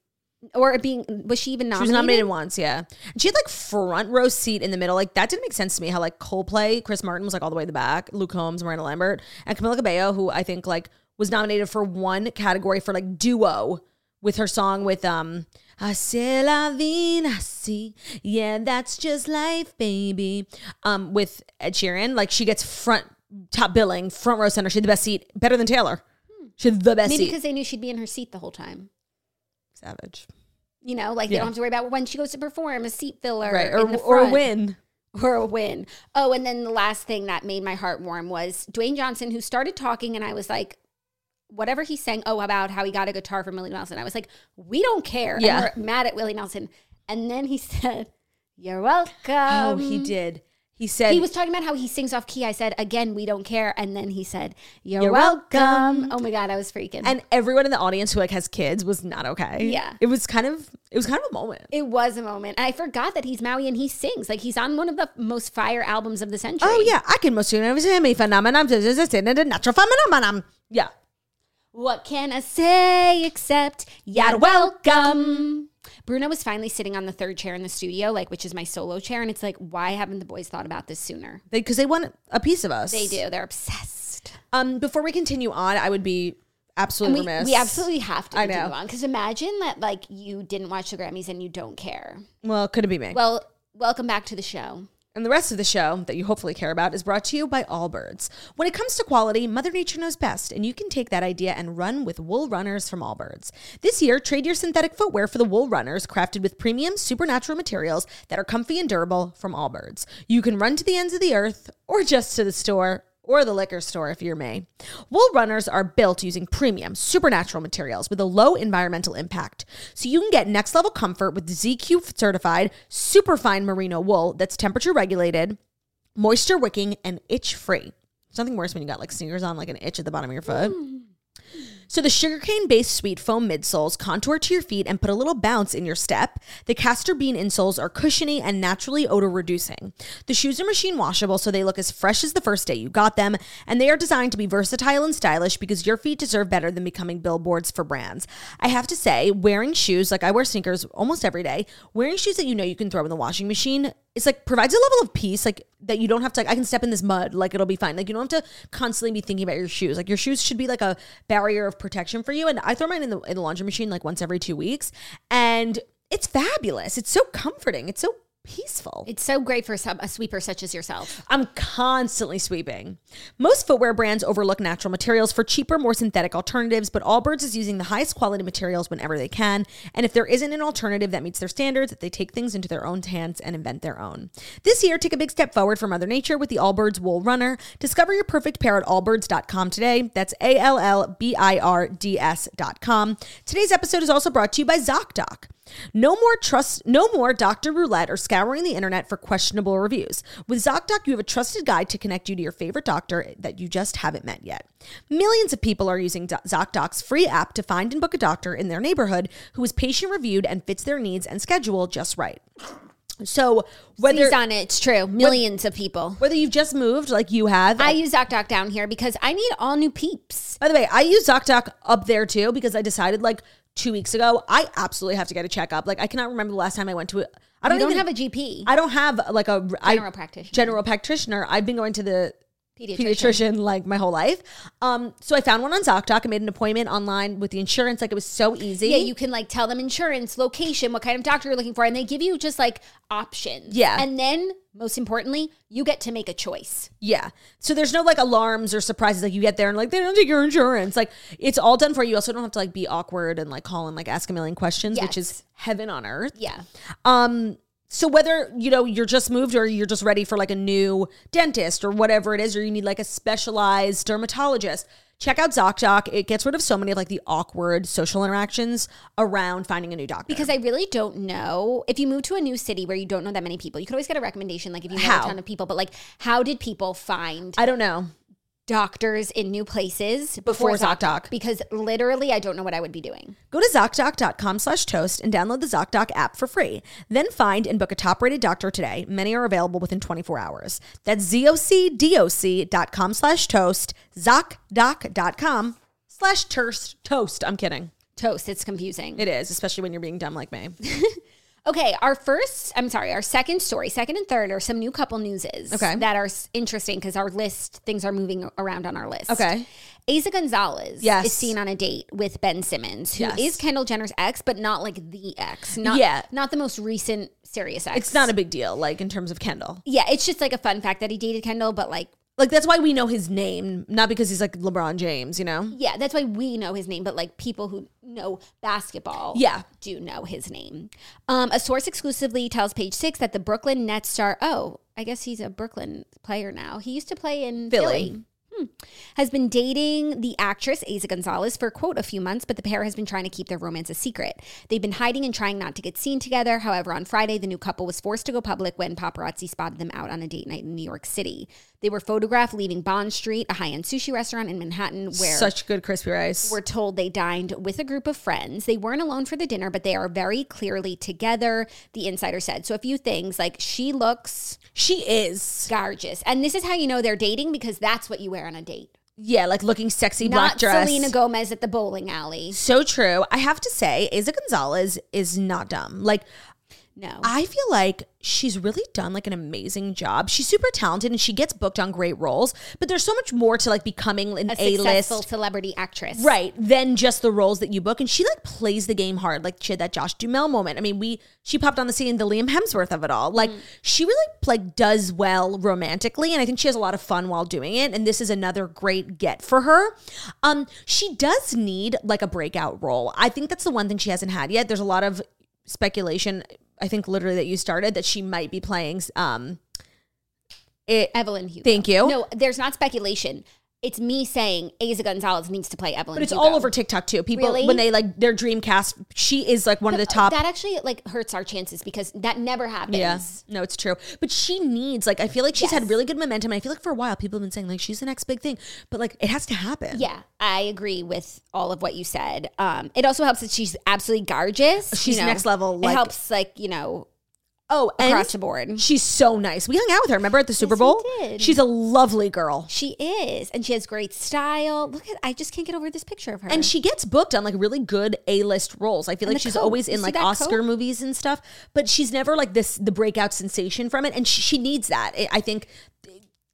or being, was she even She nominated? was nominated once, yeah. And she had like front row seat in the middle. Like that didn't make sense to me. How like Coldplay, Chris Martin was like all the way in the back, Luke Holmes, Miranda Lambert, and Camila Cabello, who I think like was nominated for one category for like duo with her song with um Así la vida, así. Yeah, that's just life, baby. Um, with Ed Sheeran, like she gets front top billing, front row center. She had the best seat, better than Taylor. She had the best Hmm. Maybe seat. because they knew she'd be in her seat the whole time. Savage, You know, like they Yeah. don't have to worry about when she goes to perform a seat filler, right? in Or the or front. win. or a win. Oh, and then the last thing that made my heart warm was Dwayne Johnson, who started talking, and I was like, whatever he's saying, oh, about how he got a guitar from Willie Nelson. I was like, we don't care. Yeah. And we're mad at Willie Nelson. And then he said, You're Oh, welcome. he did. He said Um, He was talking about how he sings off key. I said, Again, we don't care. And then he said, You're, You're welcome. welcome. Oh my God, I was freaking. and everyone in the audience who like has kids was not okay. Yeah. It was kind of it was kind of a moment. it was a moment. And I forgot that he's Maui and he sings. Like he's on one of the most fire albums of the century. Oh yeah, I can most me phenomenon natural phenomenon. Yeah. What can I say except you're welcome? Bruno was finally sitting on the third chair in the studio, like which is my solo chair, and it's like, why haven't the boys thought about this sooner? They cuz they want a piece of us. They do. They're obsessed. Um before we continue on, I would be And absolutely we, remiss. we absolutely have to I continue know. on because imagine that like you didn't watch the Grammys and you don't care. Well, could it be me? Well, welcome back to the show. And the rest of the show that you hopefully care about is brought to you by Allbirds. When it comes to quality, Mother Nature knows best, and you can take that idea and run with wool runners from Allbirds. This year, trade your synthetic footwear for the wool runners crafted with premium supernatural materials that are comfy and durable from Allbirds. You can run to the ends of the earth or just to the store or the liquor store if you're me. Wool runners are built using premium, supernatural materials with a low environmental impact. So you can get next level comfort with ZQ certified, superfine merino wool that's temperature regulated, moisture wicking, and itch free. It's nothing worse when you got like sneakers on, like an itch at the bottom of your foot. So the sugarcane based sweet foam midsoles contour to your feet and put a little bounce in your step. The castor bean insoles are cushiony and naturally odor reducing. The shoes are machine washable so they look as fresh as the first day you got them, and they are designed to be versatile and stylish because your feet deserve better than becoming billboards for brands. I have to say, wearing shoes like I wear sneakers almost every day, wearing shoes that you know you can throw in the washing machine it's like provides a level of peace like that you don't have to like i can step in this mud like it'll be fine like you don't have to constantly be thinking about your shoes like your shoes should be like a barrier of protection for you and i throw mine in the, in the laundry machine like once every two weeks and it's fabulous it's so comforting it's so peaceful It's so great for some, a sweeper such as yourself. I'm constantly sweeping. Most footwear brands overlook natural materials for cheaper, more synthetic alternatives, but Allbirds is using the highest quality materials whenever they can. And if there isn't an alternative that meets their standards, they take things into their own hands and invent their own. This year, take a big step forward for Mother Nature with the Allbirds Wool Runner. Discover your perfect pair at allbirds.com today. That's A L L B I R D S.com. Today's episode is also brought to you by ZocDoc. No more trust, no more Dr. Roulette or scouring the internet for questionable reviews. With ZocDoc, you have a trusted guide to connect you to your favorite doctor that you just haven't met yet. Millions of people are using Do- ZocDoc's free app to find and book a doctor in their neighborhood who is patient reviewed and fits their needs and schedule just right. So whether He's on it. It's true. Millions of people. whether you've just moved like you have, I use ZocDoc down here because I need all new peeps. By the way, I use ZocDoc up there too because I decided like two weeks ago. I absolutely have to get a checkup. Like I cannot remember the last time I went to it. I You don't, don't even have a GP. I don't have like a I- General practitioner. General practitioner. I've been going to the Pediatrician. pediatrician like my whole life. Um, so I found one on ZocDoc. I made an appointment online with the insurance. Like it was so easy. Yeah, you can like tell them insurance, location, what kind of doctor you're looking for, and they give you just like options. Yeah. And then, most importantly, you get to make a choice. Yeah. So there's no like alarms or surprises. Like you get there and like they don't take your insurance. Like it's all done for you. You also don't have to like be awkward and like call and like ask a million questions, which Yes. is heaven on earth. Yeah. Um so whether, you know, you're just moved or you're just ready for like a new dentist or whatever it is, or you need like a specialized dermatologist, check out ZocDoc. It gets rid of so many of like the awkward social interactions around finding a new doctor. Because I really don't know. If you move to a new city where you don't know that many people, you could always get a recommendation, like if you know How? a ton of people, but like, how did people find I don't know. doctors in new places Before ZocDoc. Because literally, I don't know what I would be doing. Go to ZocDoc.com slash toast and download the ZocDoc app for free. Then find and book a top rated doctor today. Many are available within 24 hours. That's ZocDoc.com slash toast, ZocDoc.com slash toast. Toast. I'm kidding. Toast, it's confusing. It is, especially when you're being dumb like me. Okay, our first, I'm sorry, our second story, second and third are some new couple newses Okay. that are s- interesting because our list, things are moving around on our list. Okay. Asa Gonzalez Yes. is seen on a date with Ben Simmons, who is Yes. Kendall Jenner's ex, but not like the ex. Not, Yeah. Not the most recent serious ex. It's not a big deal, like in terms of Kendall. Yeah, it's just like a fun fact that he dated Kendall, but like, Like, that's why we know his name, not because he's like LeBron James, you know? yeah, that's why we know his name, but like people who know basketball Yeah. do know his name. Um, a source exclusively tells Page Six that the Brooklyn Nets star, oh, I guess he's a Brooklyn player now. He used to play in Philly. Philly. Hmm. Has been dating the actress Asa Gonzalez for quote a few months, but the pair has been trying to keep their romance a secret. They've been hiding and trying not to get seen together. However, on Friday, the new couple was forced to go public when paparazzi spotted them out on a date night in New York City. They were photographed leaving Bond Street, a high-end sushi restaurant in Manhattan, where Such good crispy rice. we're told they dined with a group of friends. They weren't alone for the dinner, but they are very clearly together, the insider said. So, a few things like she looks She is. gorgeous. And this is how you know they're dating because that's what you wear on a date. Yeah, like looking sexy, black Not dress. Selena Gomez at the bowling alley. So true. I have to say, Isa Gonzalez is not dumb. Like, No. I feel like she's really done like an amazing job. She's super talented and she gets booked on great roles, but there's so much more to like becoming an a A successful list. celebrity actress. Right, than just the roles that you book. And she like plays the game hard. Like she had that Josh Dumel moment. I mean, we she popped on the scene the Liam Hemsworth of it all. Like Mm. she really like does well romantically, and I think she has a lot of fun while doing it. And this is another great get for her. Um, she does need like a breakout role. I think that's the one thing she hasn't had yet. There's a lot of speculation. I think literally that you started that she might be playing um it Evelyn Hugo. Thank you. No, there's not speculation. It's me saying Asa Gonzalez needs to play Evelyn but it's Hugo. all over TikTok too. People Really? when they like their dream cast, she is like one of the top uh, That actually like hurts our chances because that never happens. Yeah. No, it's true. But she needs like I feel like she's had Yes. really good momentum. And I feel like for a while people have been saying like she's the next big thing, but like it has to happen. Yeah, I agree with all of what you said. Um, it also helps that she's absolutely gorgeous. you She's know. next level, it like- helps, like you know, Oh, and across the board. she's so nice. We hung out with her. Remember at the Super Bowl? did. She's a lovely girl. She is, and she has great style. Look at, I just can't get over this picture of her. And she gets booked on like really good A list roles. I feel And like the she's coat. always You in see like that Oscar coat? movies and stuff, but she's never like this the breakout sensation from it. And she, she needs that. I- I think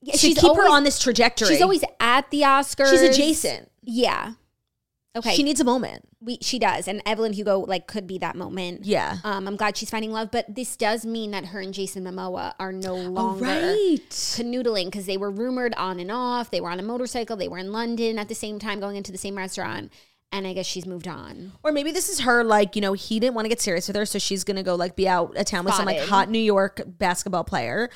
Yeah, to keep her on this trajectory. She's always at the Oscars. she's adjacent. Yeah. Okay. She needs a moment. we, she does, and Evelyn Hugo like could be that moment. Yeah. Um, I'm glad she's finding love, but this does mean that her and Jason Momoa are no longer Oh, right. canoodling because they were rumored on and off. They were on a motorcycle. They were in London at the same time, going into the same restaurant. And I guess she's moved on. Or maybe this is her, like, you know, he didn't want to get serious with her, so she's gonna go like be out of town with some like Spotted. hot New York basketball player.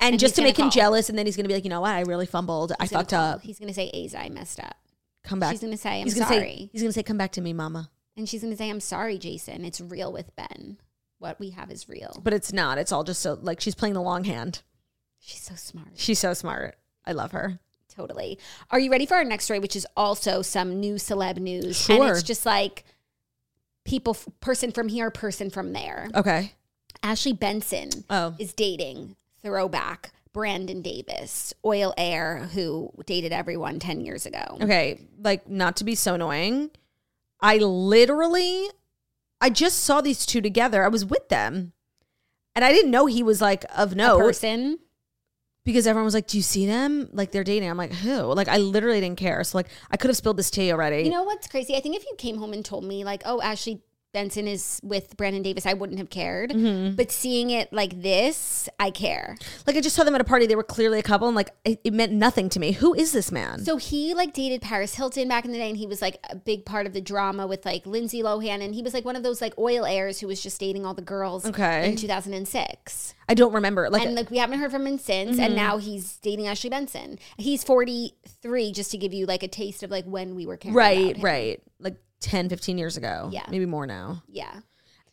And, just he's to gonna make him call. jealous, and then he's gonna be like, you know what, I really fumbled. I He's gonna fucked call- up. He's gonna say, "Aza, I messed up," Come back. she's gonna say, "I'm he's gonna Say, sorry." he's gonna say, Come back to me, mama. and she's gonna say, "I'm sorry, Jason. It's real with Ben. What we have is real." But it's not. It's all just so like she's playing the long hand. She's so smart. She's so smart. I love her. Totally. Are you ready for our next story, which is also some new celeb news? And Sure. it's just like people, f- person from here, person from there. Okay. Ashley Benson Oh. is dating throwback Brandon Davis, oil heir who dated everyone 10 years ago. Okay. Like, not to be so annoying. I literally, I just saw these two together. I was with them, and I didn't know he was like of A note person. because everyone was like, "Do you see them? Like they're dating." I'm like, "Who?" Like I literally didn't care. So like I could have spilled this tea already. You know what's crazy? I think if you came home and told me like, oh, Ashley Benson is with Brandon Davis, I wouldn't have cared. Mm-hmm. But seeing it like this, I care. like I just saw them at a party. They were clearly a couple, and like it, it meant nothing to me. Who is this man? So he like dated Paris Hilton back in the day, and he was like a big part of the drama with like Lindsay Lohan, and he was like one of those like oil heirs who was just dating all the girls. Okay. in two thousand and six, I don't remember. Like Mm-hmm. and like we haven't heard from him since, and now he's dating Ashley Benson. He's forty three, just to give you like a taste of like when we were caring about uh, right, him. right, like 10, 15 years ago. Yeah. maybe more now. yeah,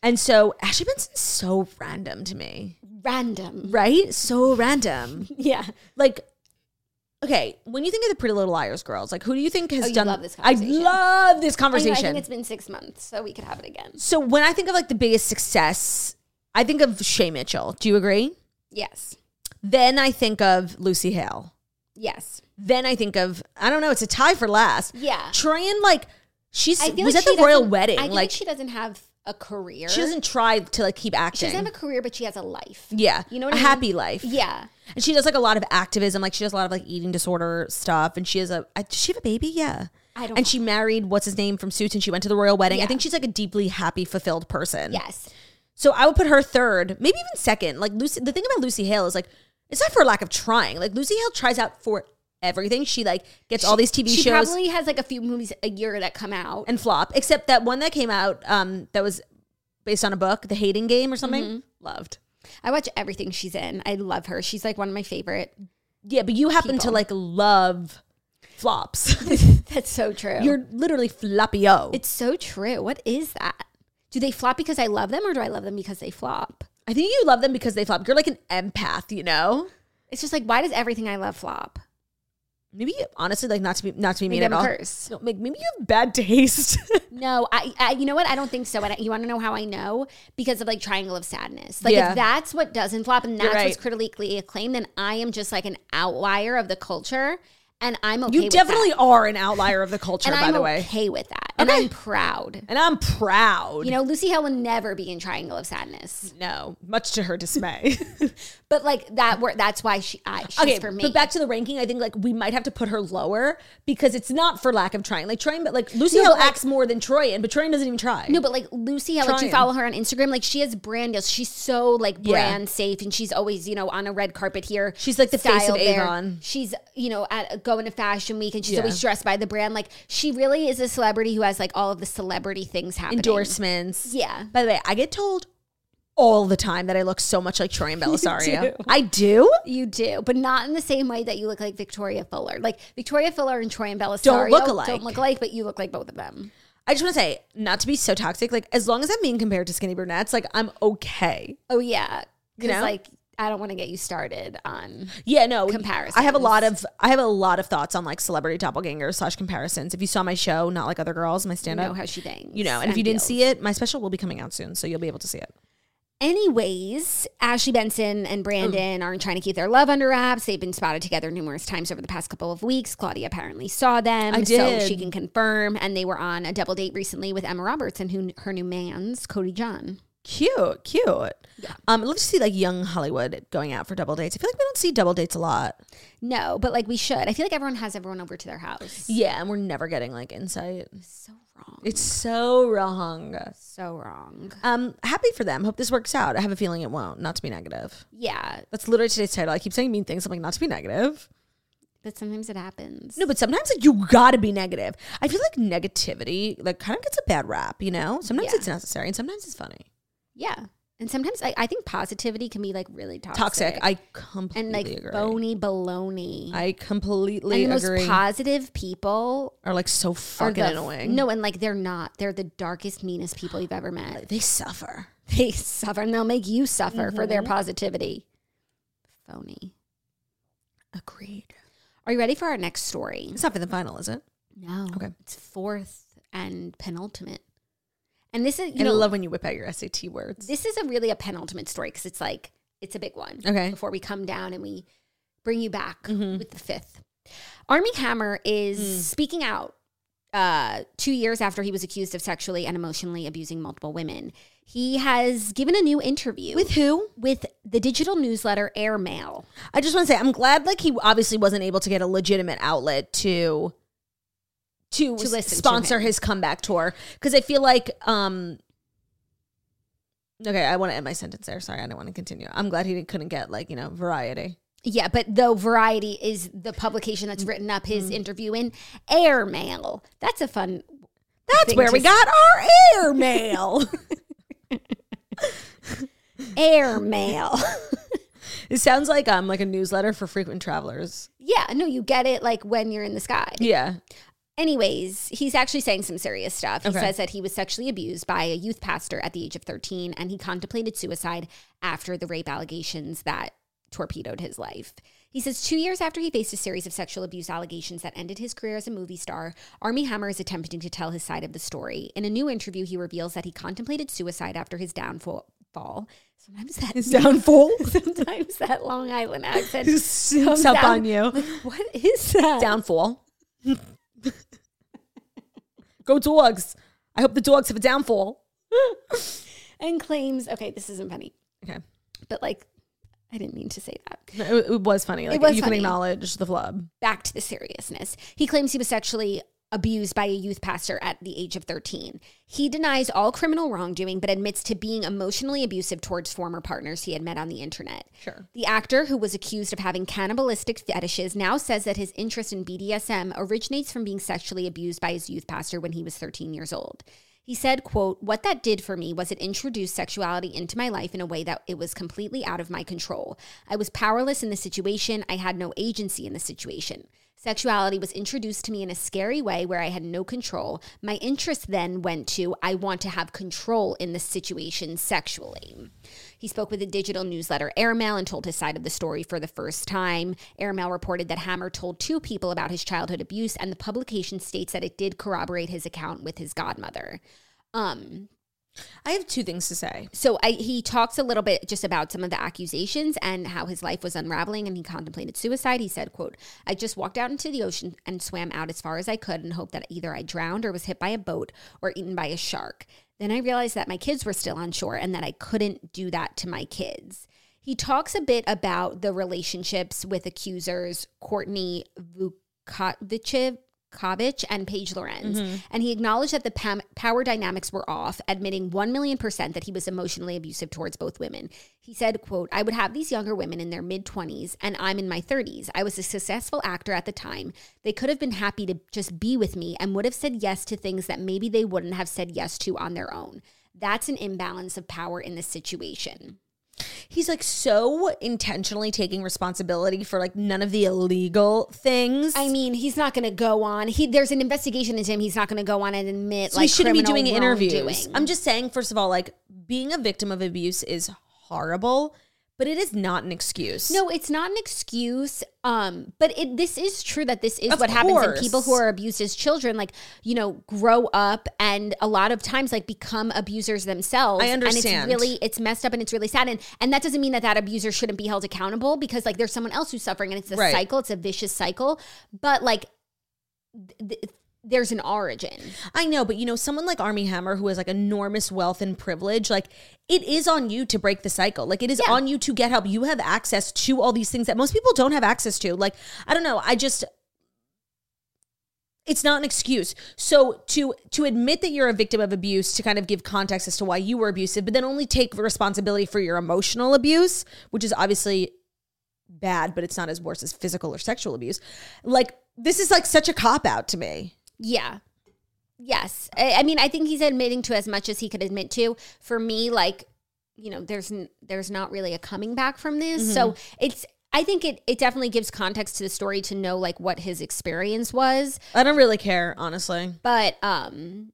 And so Ashley Benson's so random to me, random, right? So random. yeah. like okay when you think of the pretty little liars girls like who do you think has Oh, you done love this i conversation. love this I, know, I conversation think it's been six months, so we could have it again. so when i think of like the biggest success i think of shay mitchell do you agree Yes, then i think of lucy hale yes, then i think of i don't know it's a tie for last yeah. try and like she's I feel was like at she the royal doesn't- wedding I feel like, like she, she doesn't have a career. doesn't try to like keep She acting doesn't have a career, but she has a life. yeah You know what a I mean? happy life Yeah. and she does like a lot of activism like she does a lot of like eating disorder stuff and she has a I, does she have a baby yeah I don't and she married what's his name from Suits, and she went to the royal wedding. I Yeah. think she's like a deeply happy, fulfilled person. Yes. So I would put her third, maybe even second. Like Lucy, the thing about Lucy Hale is like it's not for lack of trying. Like Lucy Hale tries out for everything. She like gets all these TV she shows probably has like a few movies a year that come out. and flop. Except that one that came out um, that was based on a book, The Hating Game or something. Mm-hmm. Loved. I watch everything she's in. I love her. She's like one of my favorite. Yeah, but you happen to People. like love flops. That's so true. You're literally floppy o. it's so true. What is that? Do they flop because I love them or do I love them because they flop? I think you love them because they flop. You're like an empath, you know. It's just like why does everything I love flop? Maybe honestly, like not to be not to be mean at Maybe I'm all. cursed. No, like maybe you have bad taste. No, I, I you know what? I don't think so. And I, you want to know how I know? Because of like Triangle of Sadness. Like Yeah. if that's what doesn't flop and You're that's what's right. critically acclaimed, then I am just like an outlier of the culture and I'm okay you with definitely that. are an outlier of the culture, and by I'm the way. okay with that. And Okay. I'm proud. And I'm proud. You know, Lucy Hale will never be in Triangle of Sadness. no, much to her dismay. But like that, wor- that's why she, I, she's okay, for me. but back to the ranking, I think like we might have to put her lower because it's not for lack of trying. Like trying, but like Lucy No, Hale but, like- acts more than Troyan, but Troyan doesn't even try. no, but like Lucy Hale, like you Trying. follow her on Instagram, like she has brand deals. She's so like Yeah. brand safe, and she's always you know on a red carpet here. She's, like, the face of styled there. Avon. She's you know at going to fashion week, and she's Yeah. always dressed by the brand. Like she really is a celebrity who has like all of the celebrity things happening. endorsements. Yeah. By the way, I get told all the time that I look so much like Troyan Belisario. I do. You do, but not in the same way that you look like Victoria Fuller. Like Victoria Fuller and Troy and Belisario look alike. Don't look alike, but you look like both of them. I just want to say, not to be so toxic, like as long as I'm being compared to skinny brunettes, like I'm okay. Oh yeah, because know? like I don't want to get you started on. Yeah, no I have a Comparisons. lot of I have a lot of thoughts on like celebrity doppelgangers slash comparisons. If you saw my show, not like other girls, my You stand know up, how she thinks. you know. And if you didn't see it, my special will be coming out soon, so you'll be able to see it. anyways, Ashley Benson and Mm. Brandon aren't trying to keep their love under wraps. They've been spotted together numerous times over the past couple of weeks. Claudia apparently saw them, I so she did. can confirm. And they were on a double date recently with Emma Roberts and who, her new man's Cody John. Cute, cute. Um, let's see like young Hollywood going out for double dates. I feel like we don't see double dates a lot. No, but like we should. I feel like everyone has everyone over to their house. Yeah, and we're never getting like insight. So wrong. It's so wrong. so wrong. Um, happy for them. Hope this works out. I have a feeling it won't. Not to be negative. Yeah, That's literally today's title. I keep saying mean things. I'm like, not to be negative. but sometimes it happens. No, but sometimes like, you gotta be negative. I feel like negativity like kind of gets a bad rap, you know? Sometimes Yeah. it's necessary and sometimes it's funny. Yeah. And sometimes I, I think positivity can be like really toxic. Toxic. I completely and like agree. bony baloney. I completely and the agree. most positive people are like so are fucking the, annoying. No, and like they're not. They're the darkest, meanest people you've ever met. Like, they suffer. They suffer and they'll make you suffer for their Mm-hmm. positivity. Phony. Agreed. Are you ready for our next story? It's not for the final, is it? No. Okay. It's fourth and penultimate. And this is you and know, I love when you whip out your SAT words. this is a really a penultimate story because it's like it's a big one. Okay. Mm-hmm. Before we come down and we Hmm. bring you back with the fifth. Army Hammer is speaking out uh, two years after he was accused of sexually and emotionally abusing multiple women. He has given a new interview With who? with the digital newsletter Airmail. I just want to say I'm glad like he obviously wasn't able to get a legitimate outlet to to, To listen to sponsor him. his comeback tour because I feel like um okay I want to end my sentence there sorry I don't want to continue I'm glad he didn't- couldn't get like you know variety Yeah, but though Variety is the publication that's written up Mm-hmm. his interview in Airmail. That's a fun. that's Thing where we to- got our air mail Airmail. it sounds like um like a newsletter for frequent travelers yeah, no, you get it like when you're in the sky. yeah Anyways, he's actually saying some serious stuff. He Okay. says that he was sexually abused by a youth pastor at the age of 13 and he contemplated suicide after the rape allegations that torpedoed his life. He says two years after he faced a series of sexual abuse allegations that ended his career as a movie star, Army Hammer is attempting to tell his side of the story. In a new interview, he reveals that he contemplated suicide after his downfall. Fall. Sometimes that his downfall sometimes that Long Island accent sneaks comes up out. on you What is that? downfall go dogs I hope the dogs have a downfall and claims. Okay, this isn't funny. okay. but like I didn't mean to say that. No, It, it was funny. Like, was you funny. can acknowledge the flub. Back to the seriousness. He claims he was sexually abused by a youth pastor at the age of 13. He denies all criminal wrongdoing but admits to being emotionally abusive towards former partners he had met on the internet. Sure. The actor, who was accused of having cannibalistic fetishes, now says that his interest in BDSM originates from being sexually abused by his youth pastor when he was 13 years old. He said, quote, What that did for me was it introduced sexuality into my life in a way that it was completely out of my control. I was powerless in the situation. I had no agency in the situation. Sexuality was introduced to me in a scary way where I had no control. My interest then went to I want to have control in the situation sexually. He spoke with the digital newsletter Airmail and told his side of the story for the first time. Airmail reported that Hammer told two people about his childhood abuse, and the publication states that it did corroborate his account with his godmother. Um, I have two things to say. so I, he talks a little bit just about some of the accusations and how his life was unraveling and he contemplated suicide he said quote i just walked out into the ocean and swam out as far as i could and hoped that either i drowned or was hit by a boat or eaten by a shark then i realized that my kids were still on shore and that i couldn't do that to my kids he talks a bit about the relationships with accusers courtney vukovic Kovich and Paige Lorenz. And he acknowledged that the pam- power dynamics were off, admitting 1 million percent that he was emotionally abusive towards both women. He said, quote, I would have these younger women in their mid 20s and I'm in my 30s. I was a successful actor at the time. They could have been happy to just be with me and would have said yes to things that maybe they wouldn't have said yes to on their own. That's an imbalance of power in this situation. He's like so intentionally taking responsibility for like none of the illegal things. I mean, he's not going to go on. He there's an investigation into him. He's not going to go on and admit so like he shouldn't be criminal doing interviews. wrongdoing. I'm just saying, first of all, like being a victim of abuse is horrible, but it is not an excuse. No, it's not an excuse. Um, but it this is true that this is Of what happens course. in people who are abused as children, like, you know, grow up and a lot of times like become abusers themselves. I understand. And it's really it's messed up and it's really sad. And and that doesn't mean that that abuser shouldn't be held accountable because like there's someone else who's suffering and it's a Right. cycle, it's a vicious cycle. But like th- th- there's an origin. I know, but you know, someone like Army Hammer who has like enormous wealth and privilege, like it is on you to break the cycle. Like it is Yeah. on you to get help. You have access to all these things that most people don't have access to. Like, I don't know, I just it's not an excuse. So to to admit that you're a victim of abuse to kind of give context as to why you were abusive, but then only take responsibility for your emotional abuse, which is obviously bad, but it's not as worse as physical or sexual abuse. Like this is like such a cop out to me. Yeah. Yes. I, I mean, I think he's admitting to as much as he could admit to. For me, like, you know, there's n- there's not really a coming back from this. So it's I think it it definitely gives context to the story to know like what his experience was. I don't really care, honestly. But um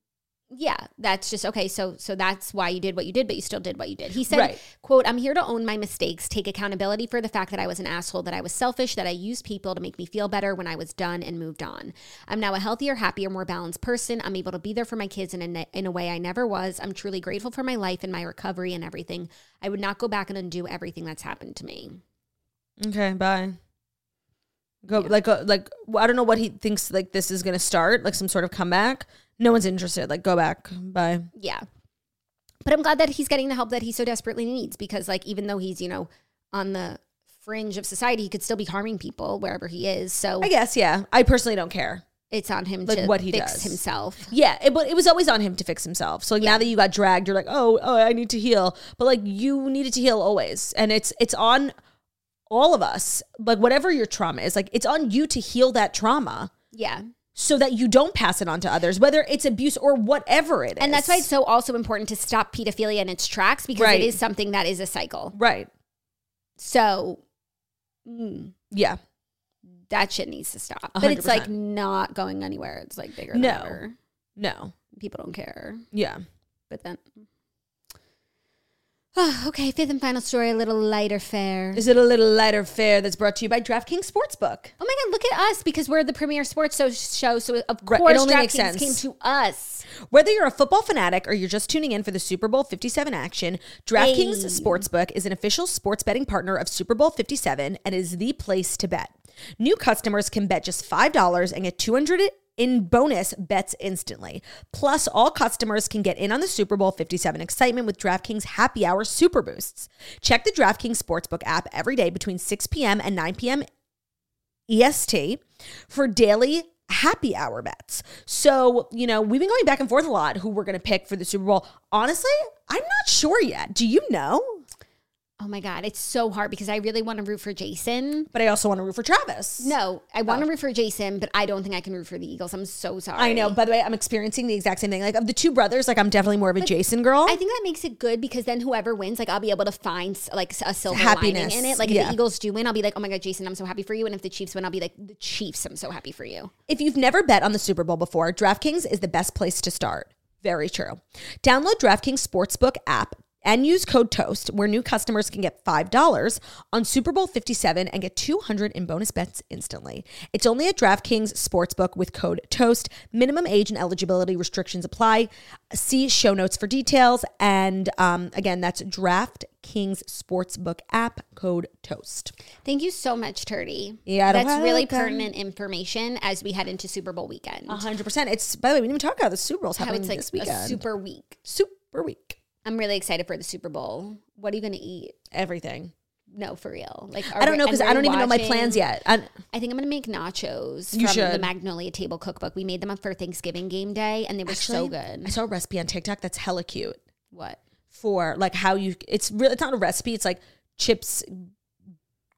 yeah, that's just okay. So so that's why you did what you did, but you still did what you did. He said, Right. quote, I'm here to own my mistakes, take accountability for the fact that I was an asshole, that I was selfish, that I used people to make me feel better when I was done and moved on. I'm now a healthier, happier, more balanced person. I'm able to be there for my kids in a, ne- in a way I never was. I'm truly grateful for my life and my recovery and everything. I would not go back and undo everything that's happened to me. Okay, bye. Go like go, like I don't know what he thinks like this is gonna start like some sort of comeback. No one's interested. Like go back. Bye. Yeah. But I'm glad that he's getting the help that he so desperately needs because, like, even though he's, you know, on the fringe of society, he could still be harming people wherever he is. So I guess yeah. I personally don't care. it's on him Like to what he fix does. himself. Yeah, it, but it was always on him to fix himself. So like now that you got dragged, you're like, oh, oh, I need to heal. But like you needed to heal always, and it's it's on all of us. Like whatever your trauma is, like it's on you to heal that trauma Yeah. so that you don't pass it on to others, whether it's abuse or whatever it is. And that's why it's so also important to stop pedophilia in its tracks because Right. it is something that is a cycle. right. So mm, Yeah. that shit needs to stop. But it's like 100%. not going anywhere. It's like bigger than No. ever. No. People don't care. Yeah. But then. Oh, okay, fifth and final story, a little lighter fare. Is it a little lighter fare that's brought to you by DraftKings Sportsbook? Oh my God! Look at us because we're the premier sports so- show. So of Right, course, it only makes DraftKings came sense. to us. Whether you're a football fanatic or you're just tuning in for the Super Bowl 57 action, DraftKings Hey. Sportsbook is an official sports betting partner of Super Bowl 57 and is the place to bet. New customers can bet just $5 and get 200 in bonus bets instantly. Plus, all customers can get in on the Super Bowl 57 excitement with DraftKings Happy Hour Super Boosts. Check the DraftKings Sportsbook app every day between 6 p.m. and 9 p.m. EST E for daily happy hour bets. So, you know, we've been going back and forth a lot who we're going to pick for the Super Bowl. Honestly, I'm not sure yet. Do you know? Oh my God! It's so hard because I really want to root for Jason. But I also want to root for Travis. No, I want to root for Jason, but I don't think I can root for the Eagles. I'm so sorry. Oh. I know. By the way, I'm experiencing the exact same thing. Like, of the two brothers, like, I'm definitely more of a Jason girl. I think that makes it good because then whoever wins, like I'll be able to find like a silver Happiness, lining in it. Like if yeah. the Eagles do win, I'll be like, oh my god, Jason, I'm so happy for you. And if the Chiefs win, I'll be like, the Chiefs, I'm so happy for you. If you've never bet on the Super Bowl before, DraftKings is the best place to start. Very true. Download DraftKings Sportsbook app and use code TOAST, where new customers can get $5 on Super Bowl 57 and get 200 in bonus bets instantly. It's only at DraftKings Sportsbook with code TOAST. Minimum age and eligibility restrictions apply. See show notes for details. And um, again, that's DraftKings Sportsbook app, code TOAST. Thank you so much, Turdy. Yeah, that's really welcome. pertinent information as we head into Super Bowl weekend. 100%. It's, by the way, we didn't even talk about the Super Bowl's Uh-huh. How happening it's like this weekend. a super week. super week. I'm really excited for the Super Bowl. What are you going to eat? Everything. No, for real. Like I don't know because because I don't even know my plans yet. I, I think I'm going to make nachos You from the should. Magnolia Table Cookbook. We made them up for Thanksgiving game day, and they were so I good. saw a recipe on TikTok that's hella cute What? for like how you. It's really it's not a recipe. It's like chips,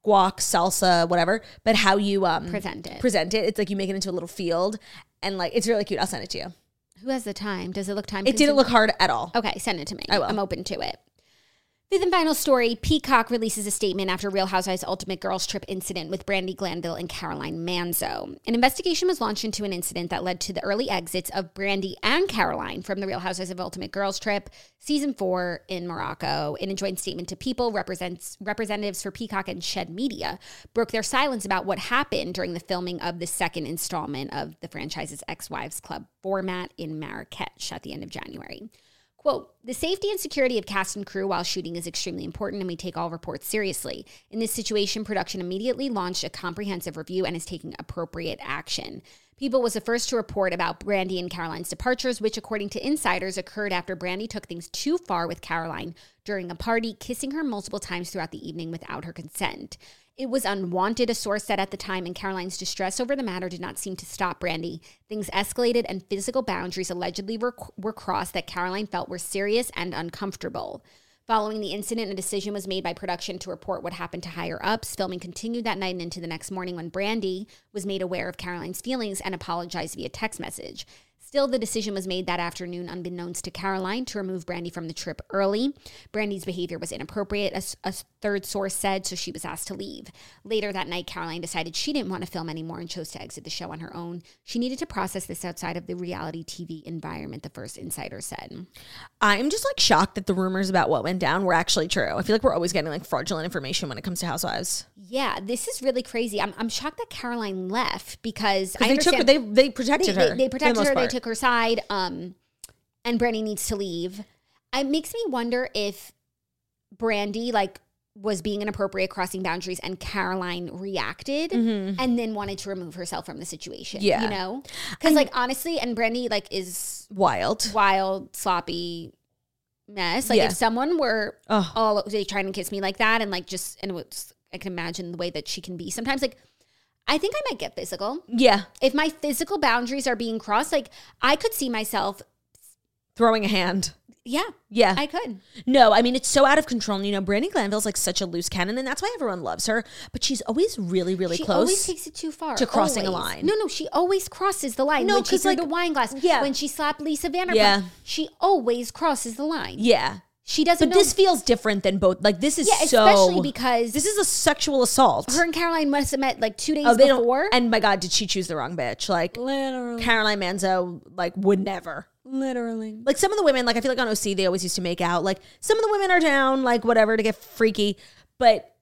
guac, salsa, whatever. But how you um Present it. Present it. It's like you make it into a little field, and like it's really cute. I'll send it to you. Who has the time? Does it look time? It didn't look hard at all. Okay, send it to me. I will. I'm open to it. Fifth and final story Peacock releases a statement after Real Housewives Ultimate Girls Trip incident with Brandy Glanville and Caroline Manzo. An investigation was launched into an incident that led to the early exits of Brandy and Caroline from the Real Housewives of Ultimate Girls Trip season four in Morocco. In a joint statement to People, represents representatives for Peacock and Shed Media broke their silence about what happened during the filming of the second installment of the franchise's Ex Wives Club format in Marrakesh at the end of January. Quote, the safety and security of cast and crew while shooting is extremely important and we take all reports seriously. In this situation, production immediately launched a comprehensive review and is taking appropriate action. People was the first to report about Brandy and Caroline's departures, which, according to insiders, occurred after Brandy took things too far with Caroline during a party, kissing her multiple times throughout the evening without her consent. It was unwanted, a source said at the time, and Caroline's distress over the matter did not seem to stop Brandy. Things escalated, and physical boundaries allegedly were, were crossed that Caroline felt were serious and uncomfortable. Following the incident, a decision was made by production to report what happened to higher ups. Filming continued that night and into the next morning when Brandy was made aware of Caroline's feelings and apologized via text message. Still, the decision was made that afternoon, unbeknownst to Caroline, to remove Brandy from the trip early. Brandy's behavior was inappropriate, a, s- a third source said, so she was asked to leave. Later that night, Caroline decided she didn't want to film anymore and chose to exit the show on her own. She needed to process this outside of the reality TV environment, the first insider said. I'm just like shocked that the rumors about what went down were actually true. I feel like we're always getting like fraudulent information when it comes to housewives. Yeah, this is really crazy. I'm, I'm shocked that Caroline left because Because I they took her, understand- they they protected her. they, They, for the they protected most her. They part. took her side. Um, and Brandy needs to leave. It makes me wonder if Brandy like was being inappropriate, crossing boundaries, and Caroline reacted and then wanted to remove herself from the situation. Mm-hmm. Yeah. You know? Because, like, honestly, and Brandy, like, is Wild. wild, sloppy mess. Like, Yeah. if someone were Oh. all they trying to kiss me like that and, like, just, and what's, I can imagine the way that she can be sometimes, like, I think I might get physical. Yeah. If my physical boundaries are being crossed, like, I could see myself, Throwing a hand. yeah, Yeah. I could. No, I mean it's so out of control. And, you know, Brandy Glanville's like such a loose cannon, and that's why everyone loves her. But she's always really, really she close. always takes it too far to crossing a always. line. No, no, she always crosses the line. No, No, when she 'cause, threw like- the wine glass. yeah. when she slapped Lisa Vanderpump. Yeah. she always crosses the line. yeah, she doesn't. but know- this feels different than both. Like this is yeah, so. especially because this is a sexual assault. her and Caroline must have met like two days oh, they before. don't. And my God, did she choose the wrong bitch? Like literally, Caroline Manzo, like would never. literally, Like some of the women, like I feel like on OC, they always used to make out. Like some of the women are down, like whatever, to get freaky, but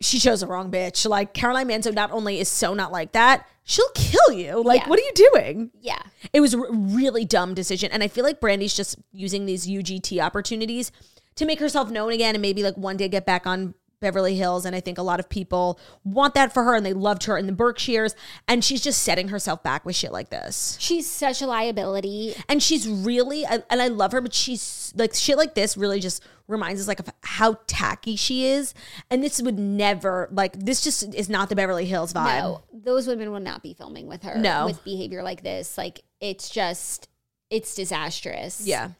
she chose the wrong bitch. Like Caroline Manzo, not only is so not like that, she'll kill you. Like Yeah. what are you doing? yeah. It was a r- really dumb decision, and I feel like Brandy's just using these UGT opportunities to make herself known again, and maybe like one day get back on Beverly Hills. And I think a lot of people want that for her, and they loved her in the Berkshires, and she's just setting herself back with shit like this. She's such a liability. And she's really, I- and I love her, but she's like shit like this really just reminds us like of how tacky she is, and this would never like this just is not the Beverly Hills vibe. No, those women will not be filming with her. No. with behavior like this, like it's just, it's disastrous. Yeah,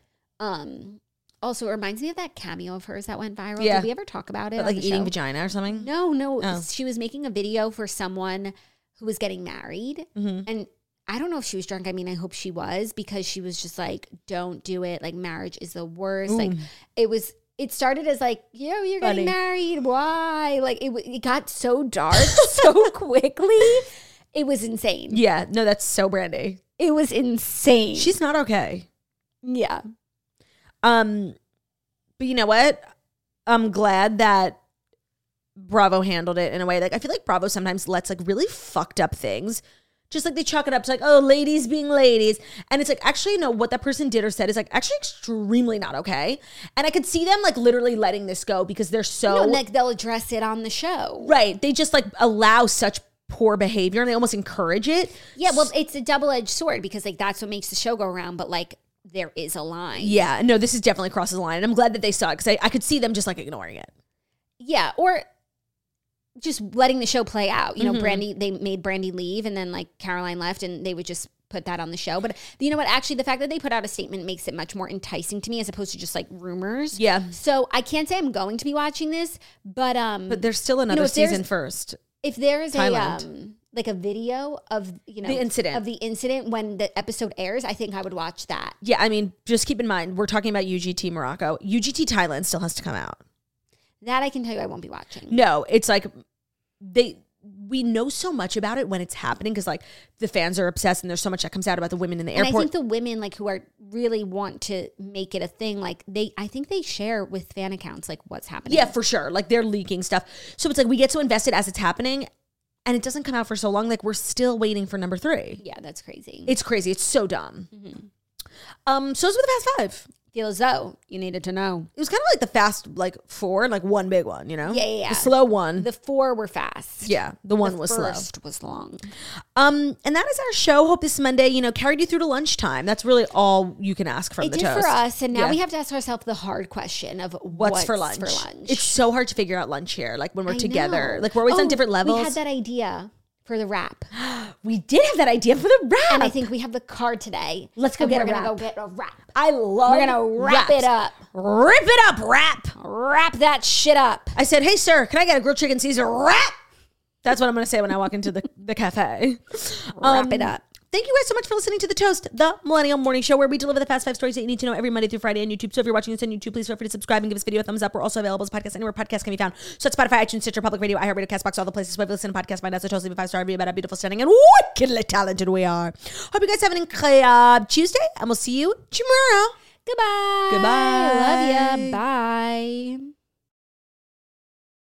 Um. Also, it reminds me of that cameo of hers that went viral. Yeah. Did we ever talk about it? on like the eating show? vagina or something. No, no. Oh. She was making a video for someone who was getting married. Mhm. And I don't know if she was drunk. I mean, I hope she was because she was just like, don't do it. Like, marriage is the worst. Like, Ooh. it was. It started as like, yo, you're Funny. getting married. Why? Like, it, w- it got so dark so quickly. It was insane. Yeah, no, that's so Brandy. It was insane. She's not okay. yeah. Um, but you know what? I'm glad that Bravo handled it in a way. Like I feel like Bravo sometimes lets like really fucked up things. Just like they chalk it up to like, oh, ladies being ladies. And it's like, actually, no, what that person did or said is like actually extremely not okay. And I could see them like literally letting this go because they're so No, like they'll address it on the show. right. They just like allow such poor behavior and they almost encourage it. Yeah, well, it's a double edged sword because like that's what makes the show go around. But like, there is a line. Yeah, no, this is definitely crosses the line. And I'm glad that they saw it because I, I could see them just like ignoring it. Yeah, or just letting the show play out. You know, Mm-hmm. Brandy they made Brandy leave and then like Caroline left and they would just put that on the show. But you know what? Actually the fact that they put out a statement makes it much more enticing to me as opposed to just like rumors. Yeah. So I can't say I'm going to be watching this, but um But there's still another if there's- season first. if there is Thailand. a um like a video of you know The incident. of the incident when the episode airs, I think I would watch that. Yeah, I mean, just keep in mind, we're talking about UGT Morocco. UGT Thailand still has to come out. That I can tell you I won't be watching. No, it's like they we know so much about it when it's happening because like the fans are obsessed and there's so much that comes out about the women in the And I airport. think the women like who are really want to make it a thing, like they I think they share with fan accounts like what's happening. yeah, for sure. Like they're leaking stuff. So it's like we get so invested as it's happening and it doesn't come out for so long. Like we're still waiting for number three. Yeah, that's crazy. It It's crazy. It's so dumb. Mm-hmm. Um, so it's with the fast five. feels as though you needed to know. It was kind of like the fast like four and like one big one, you know? Yeah, yeah, yeah. The slow one. The four were fast. yeah, the one was slow. First was long. Um, and that is our show. Hope this Monday, you know, carried you through to lunchtime. That's really all you can ask from it the did toast. for us, and now Yeah. we have to ask ourselves the hard question of What's, for lunch? It's so hard to figure out lunch here. Like when we're I together, know. like we're always Oh, on different levels. We had that idea for the wrap, We did have that idea for the wrap. and I think we have the card today. Let's go and get we're a gonna wrap. go get a wrap. I love. We're gonna wrap it wraps. up. Rip it up, wrap. Wrap that shit up. I said, hey sir, can I get a grilled chicken Caesar wrap? That's what I'm gonna say when I walk into the the cafe. Um, Wrap it up. Thank you guys so much for listening to The Toast, the Millennial Morning Show, where we deliver the fast five stories that you need to know every Monday through Friday on YouTube. So if you're watching this on YouTube, please feel free to subscribe and give this video a thumbs up. We're also available as a podcast anywhere podcasts can be found. So that's Spotify, iTunes, Stitcher, Public Radio, iHeartRadio, CastBox, all the places where you listen to podcasts. Find us a Toast, leave a five-star review about how beautiful, stunning, and wickedly talented we are. Hope you guys have an uh, incredible Tuesday, and we'll see you tomorrow. Goodbye. Goodbye. Love ya. Bye.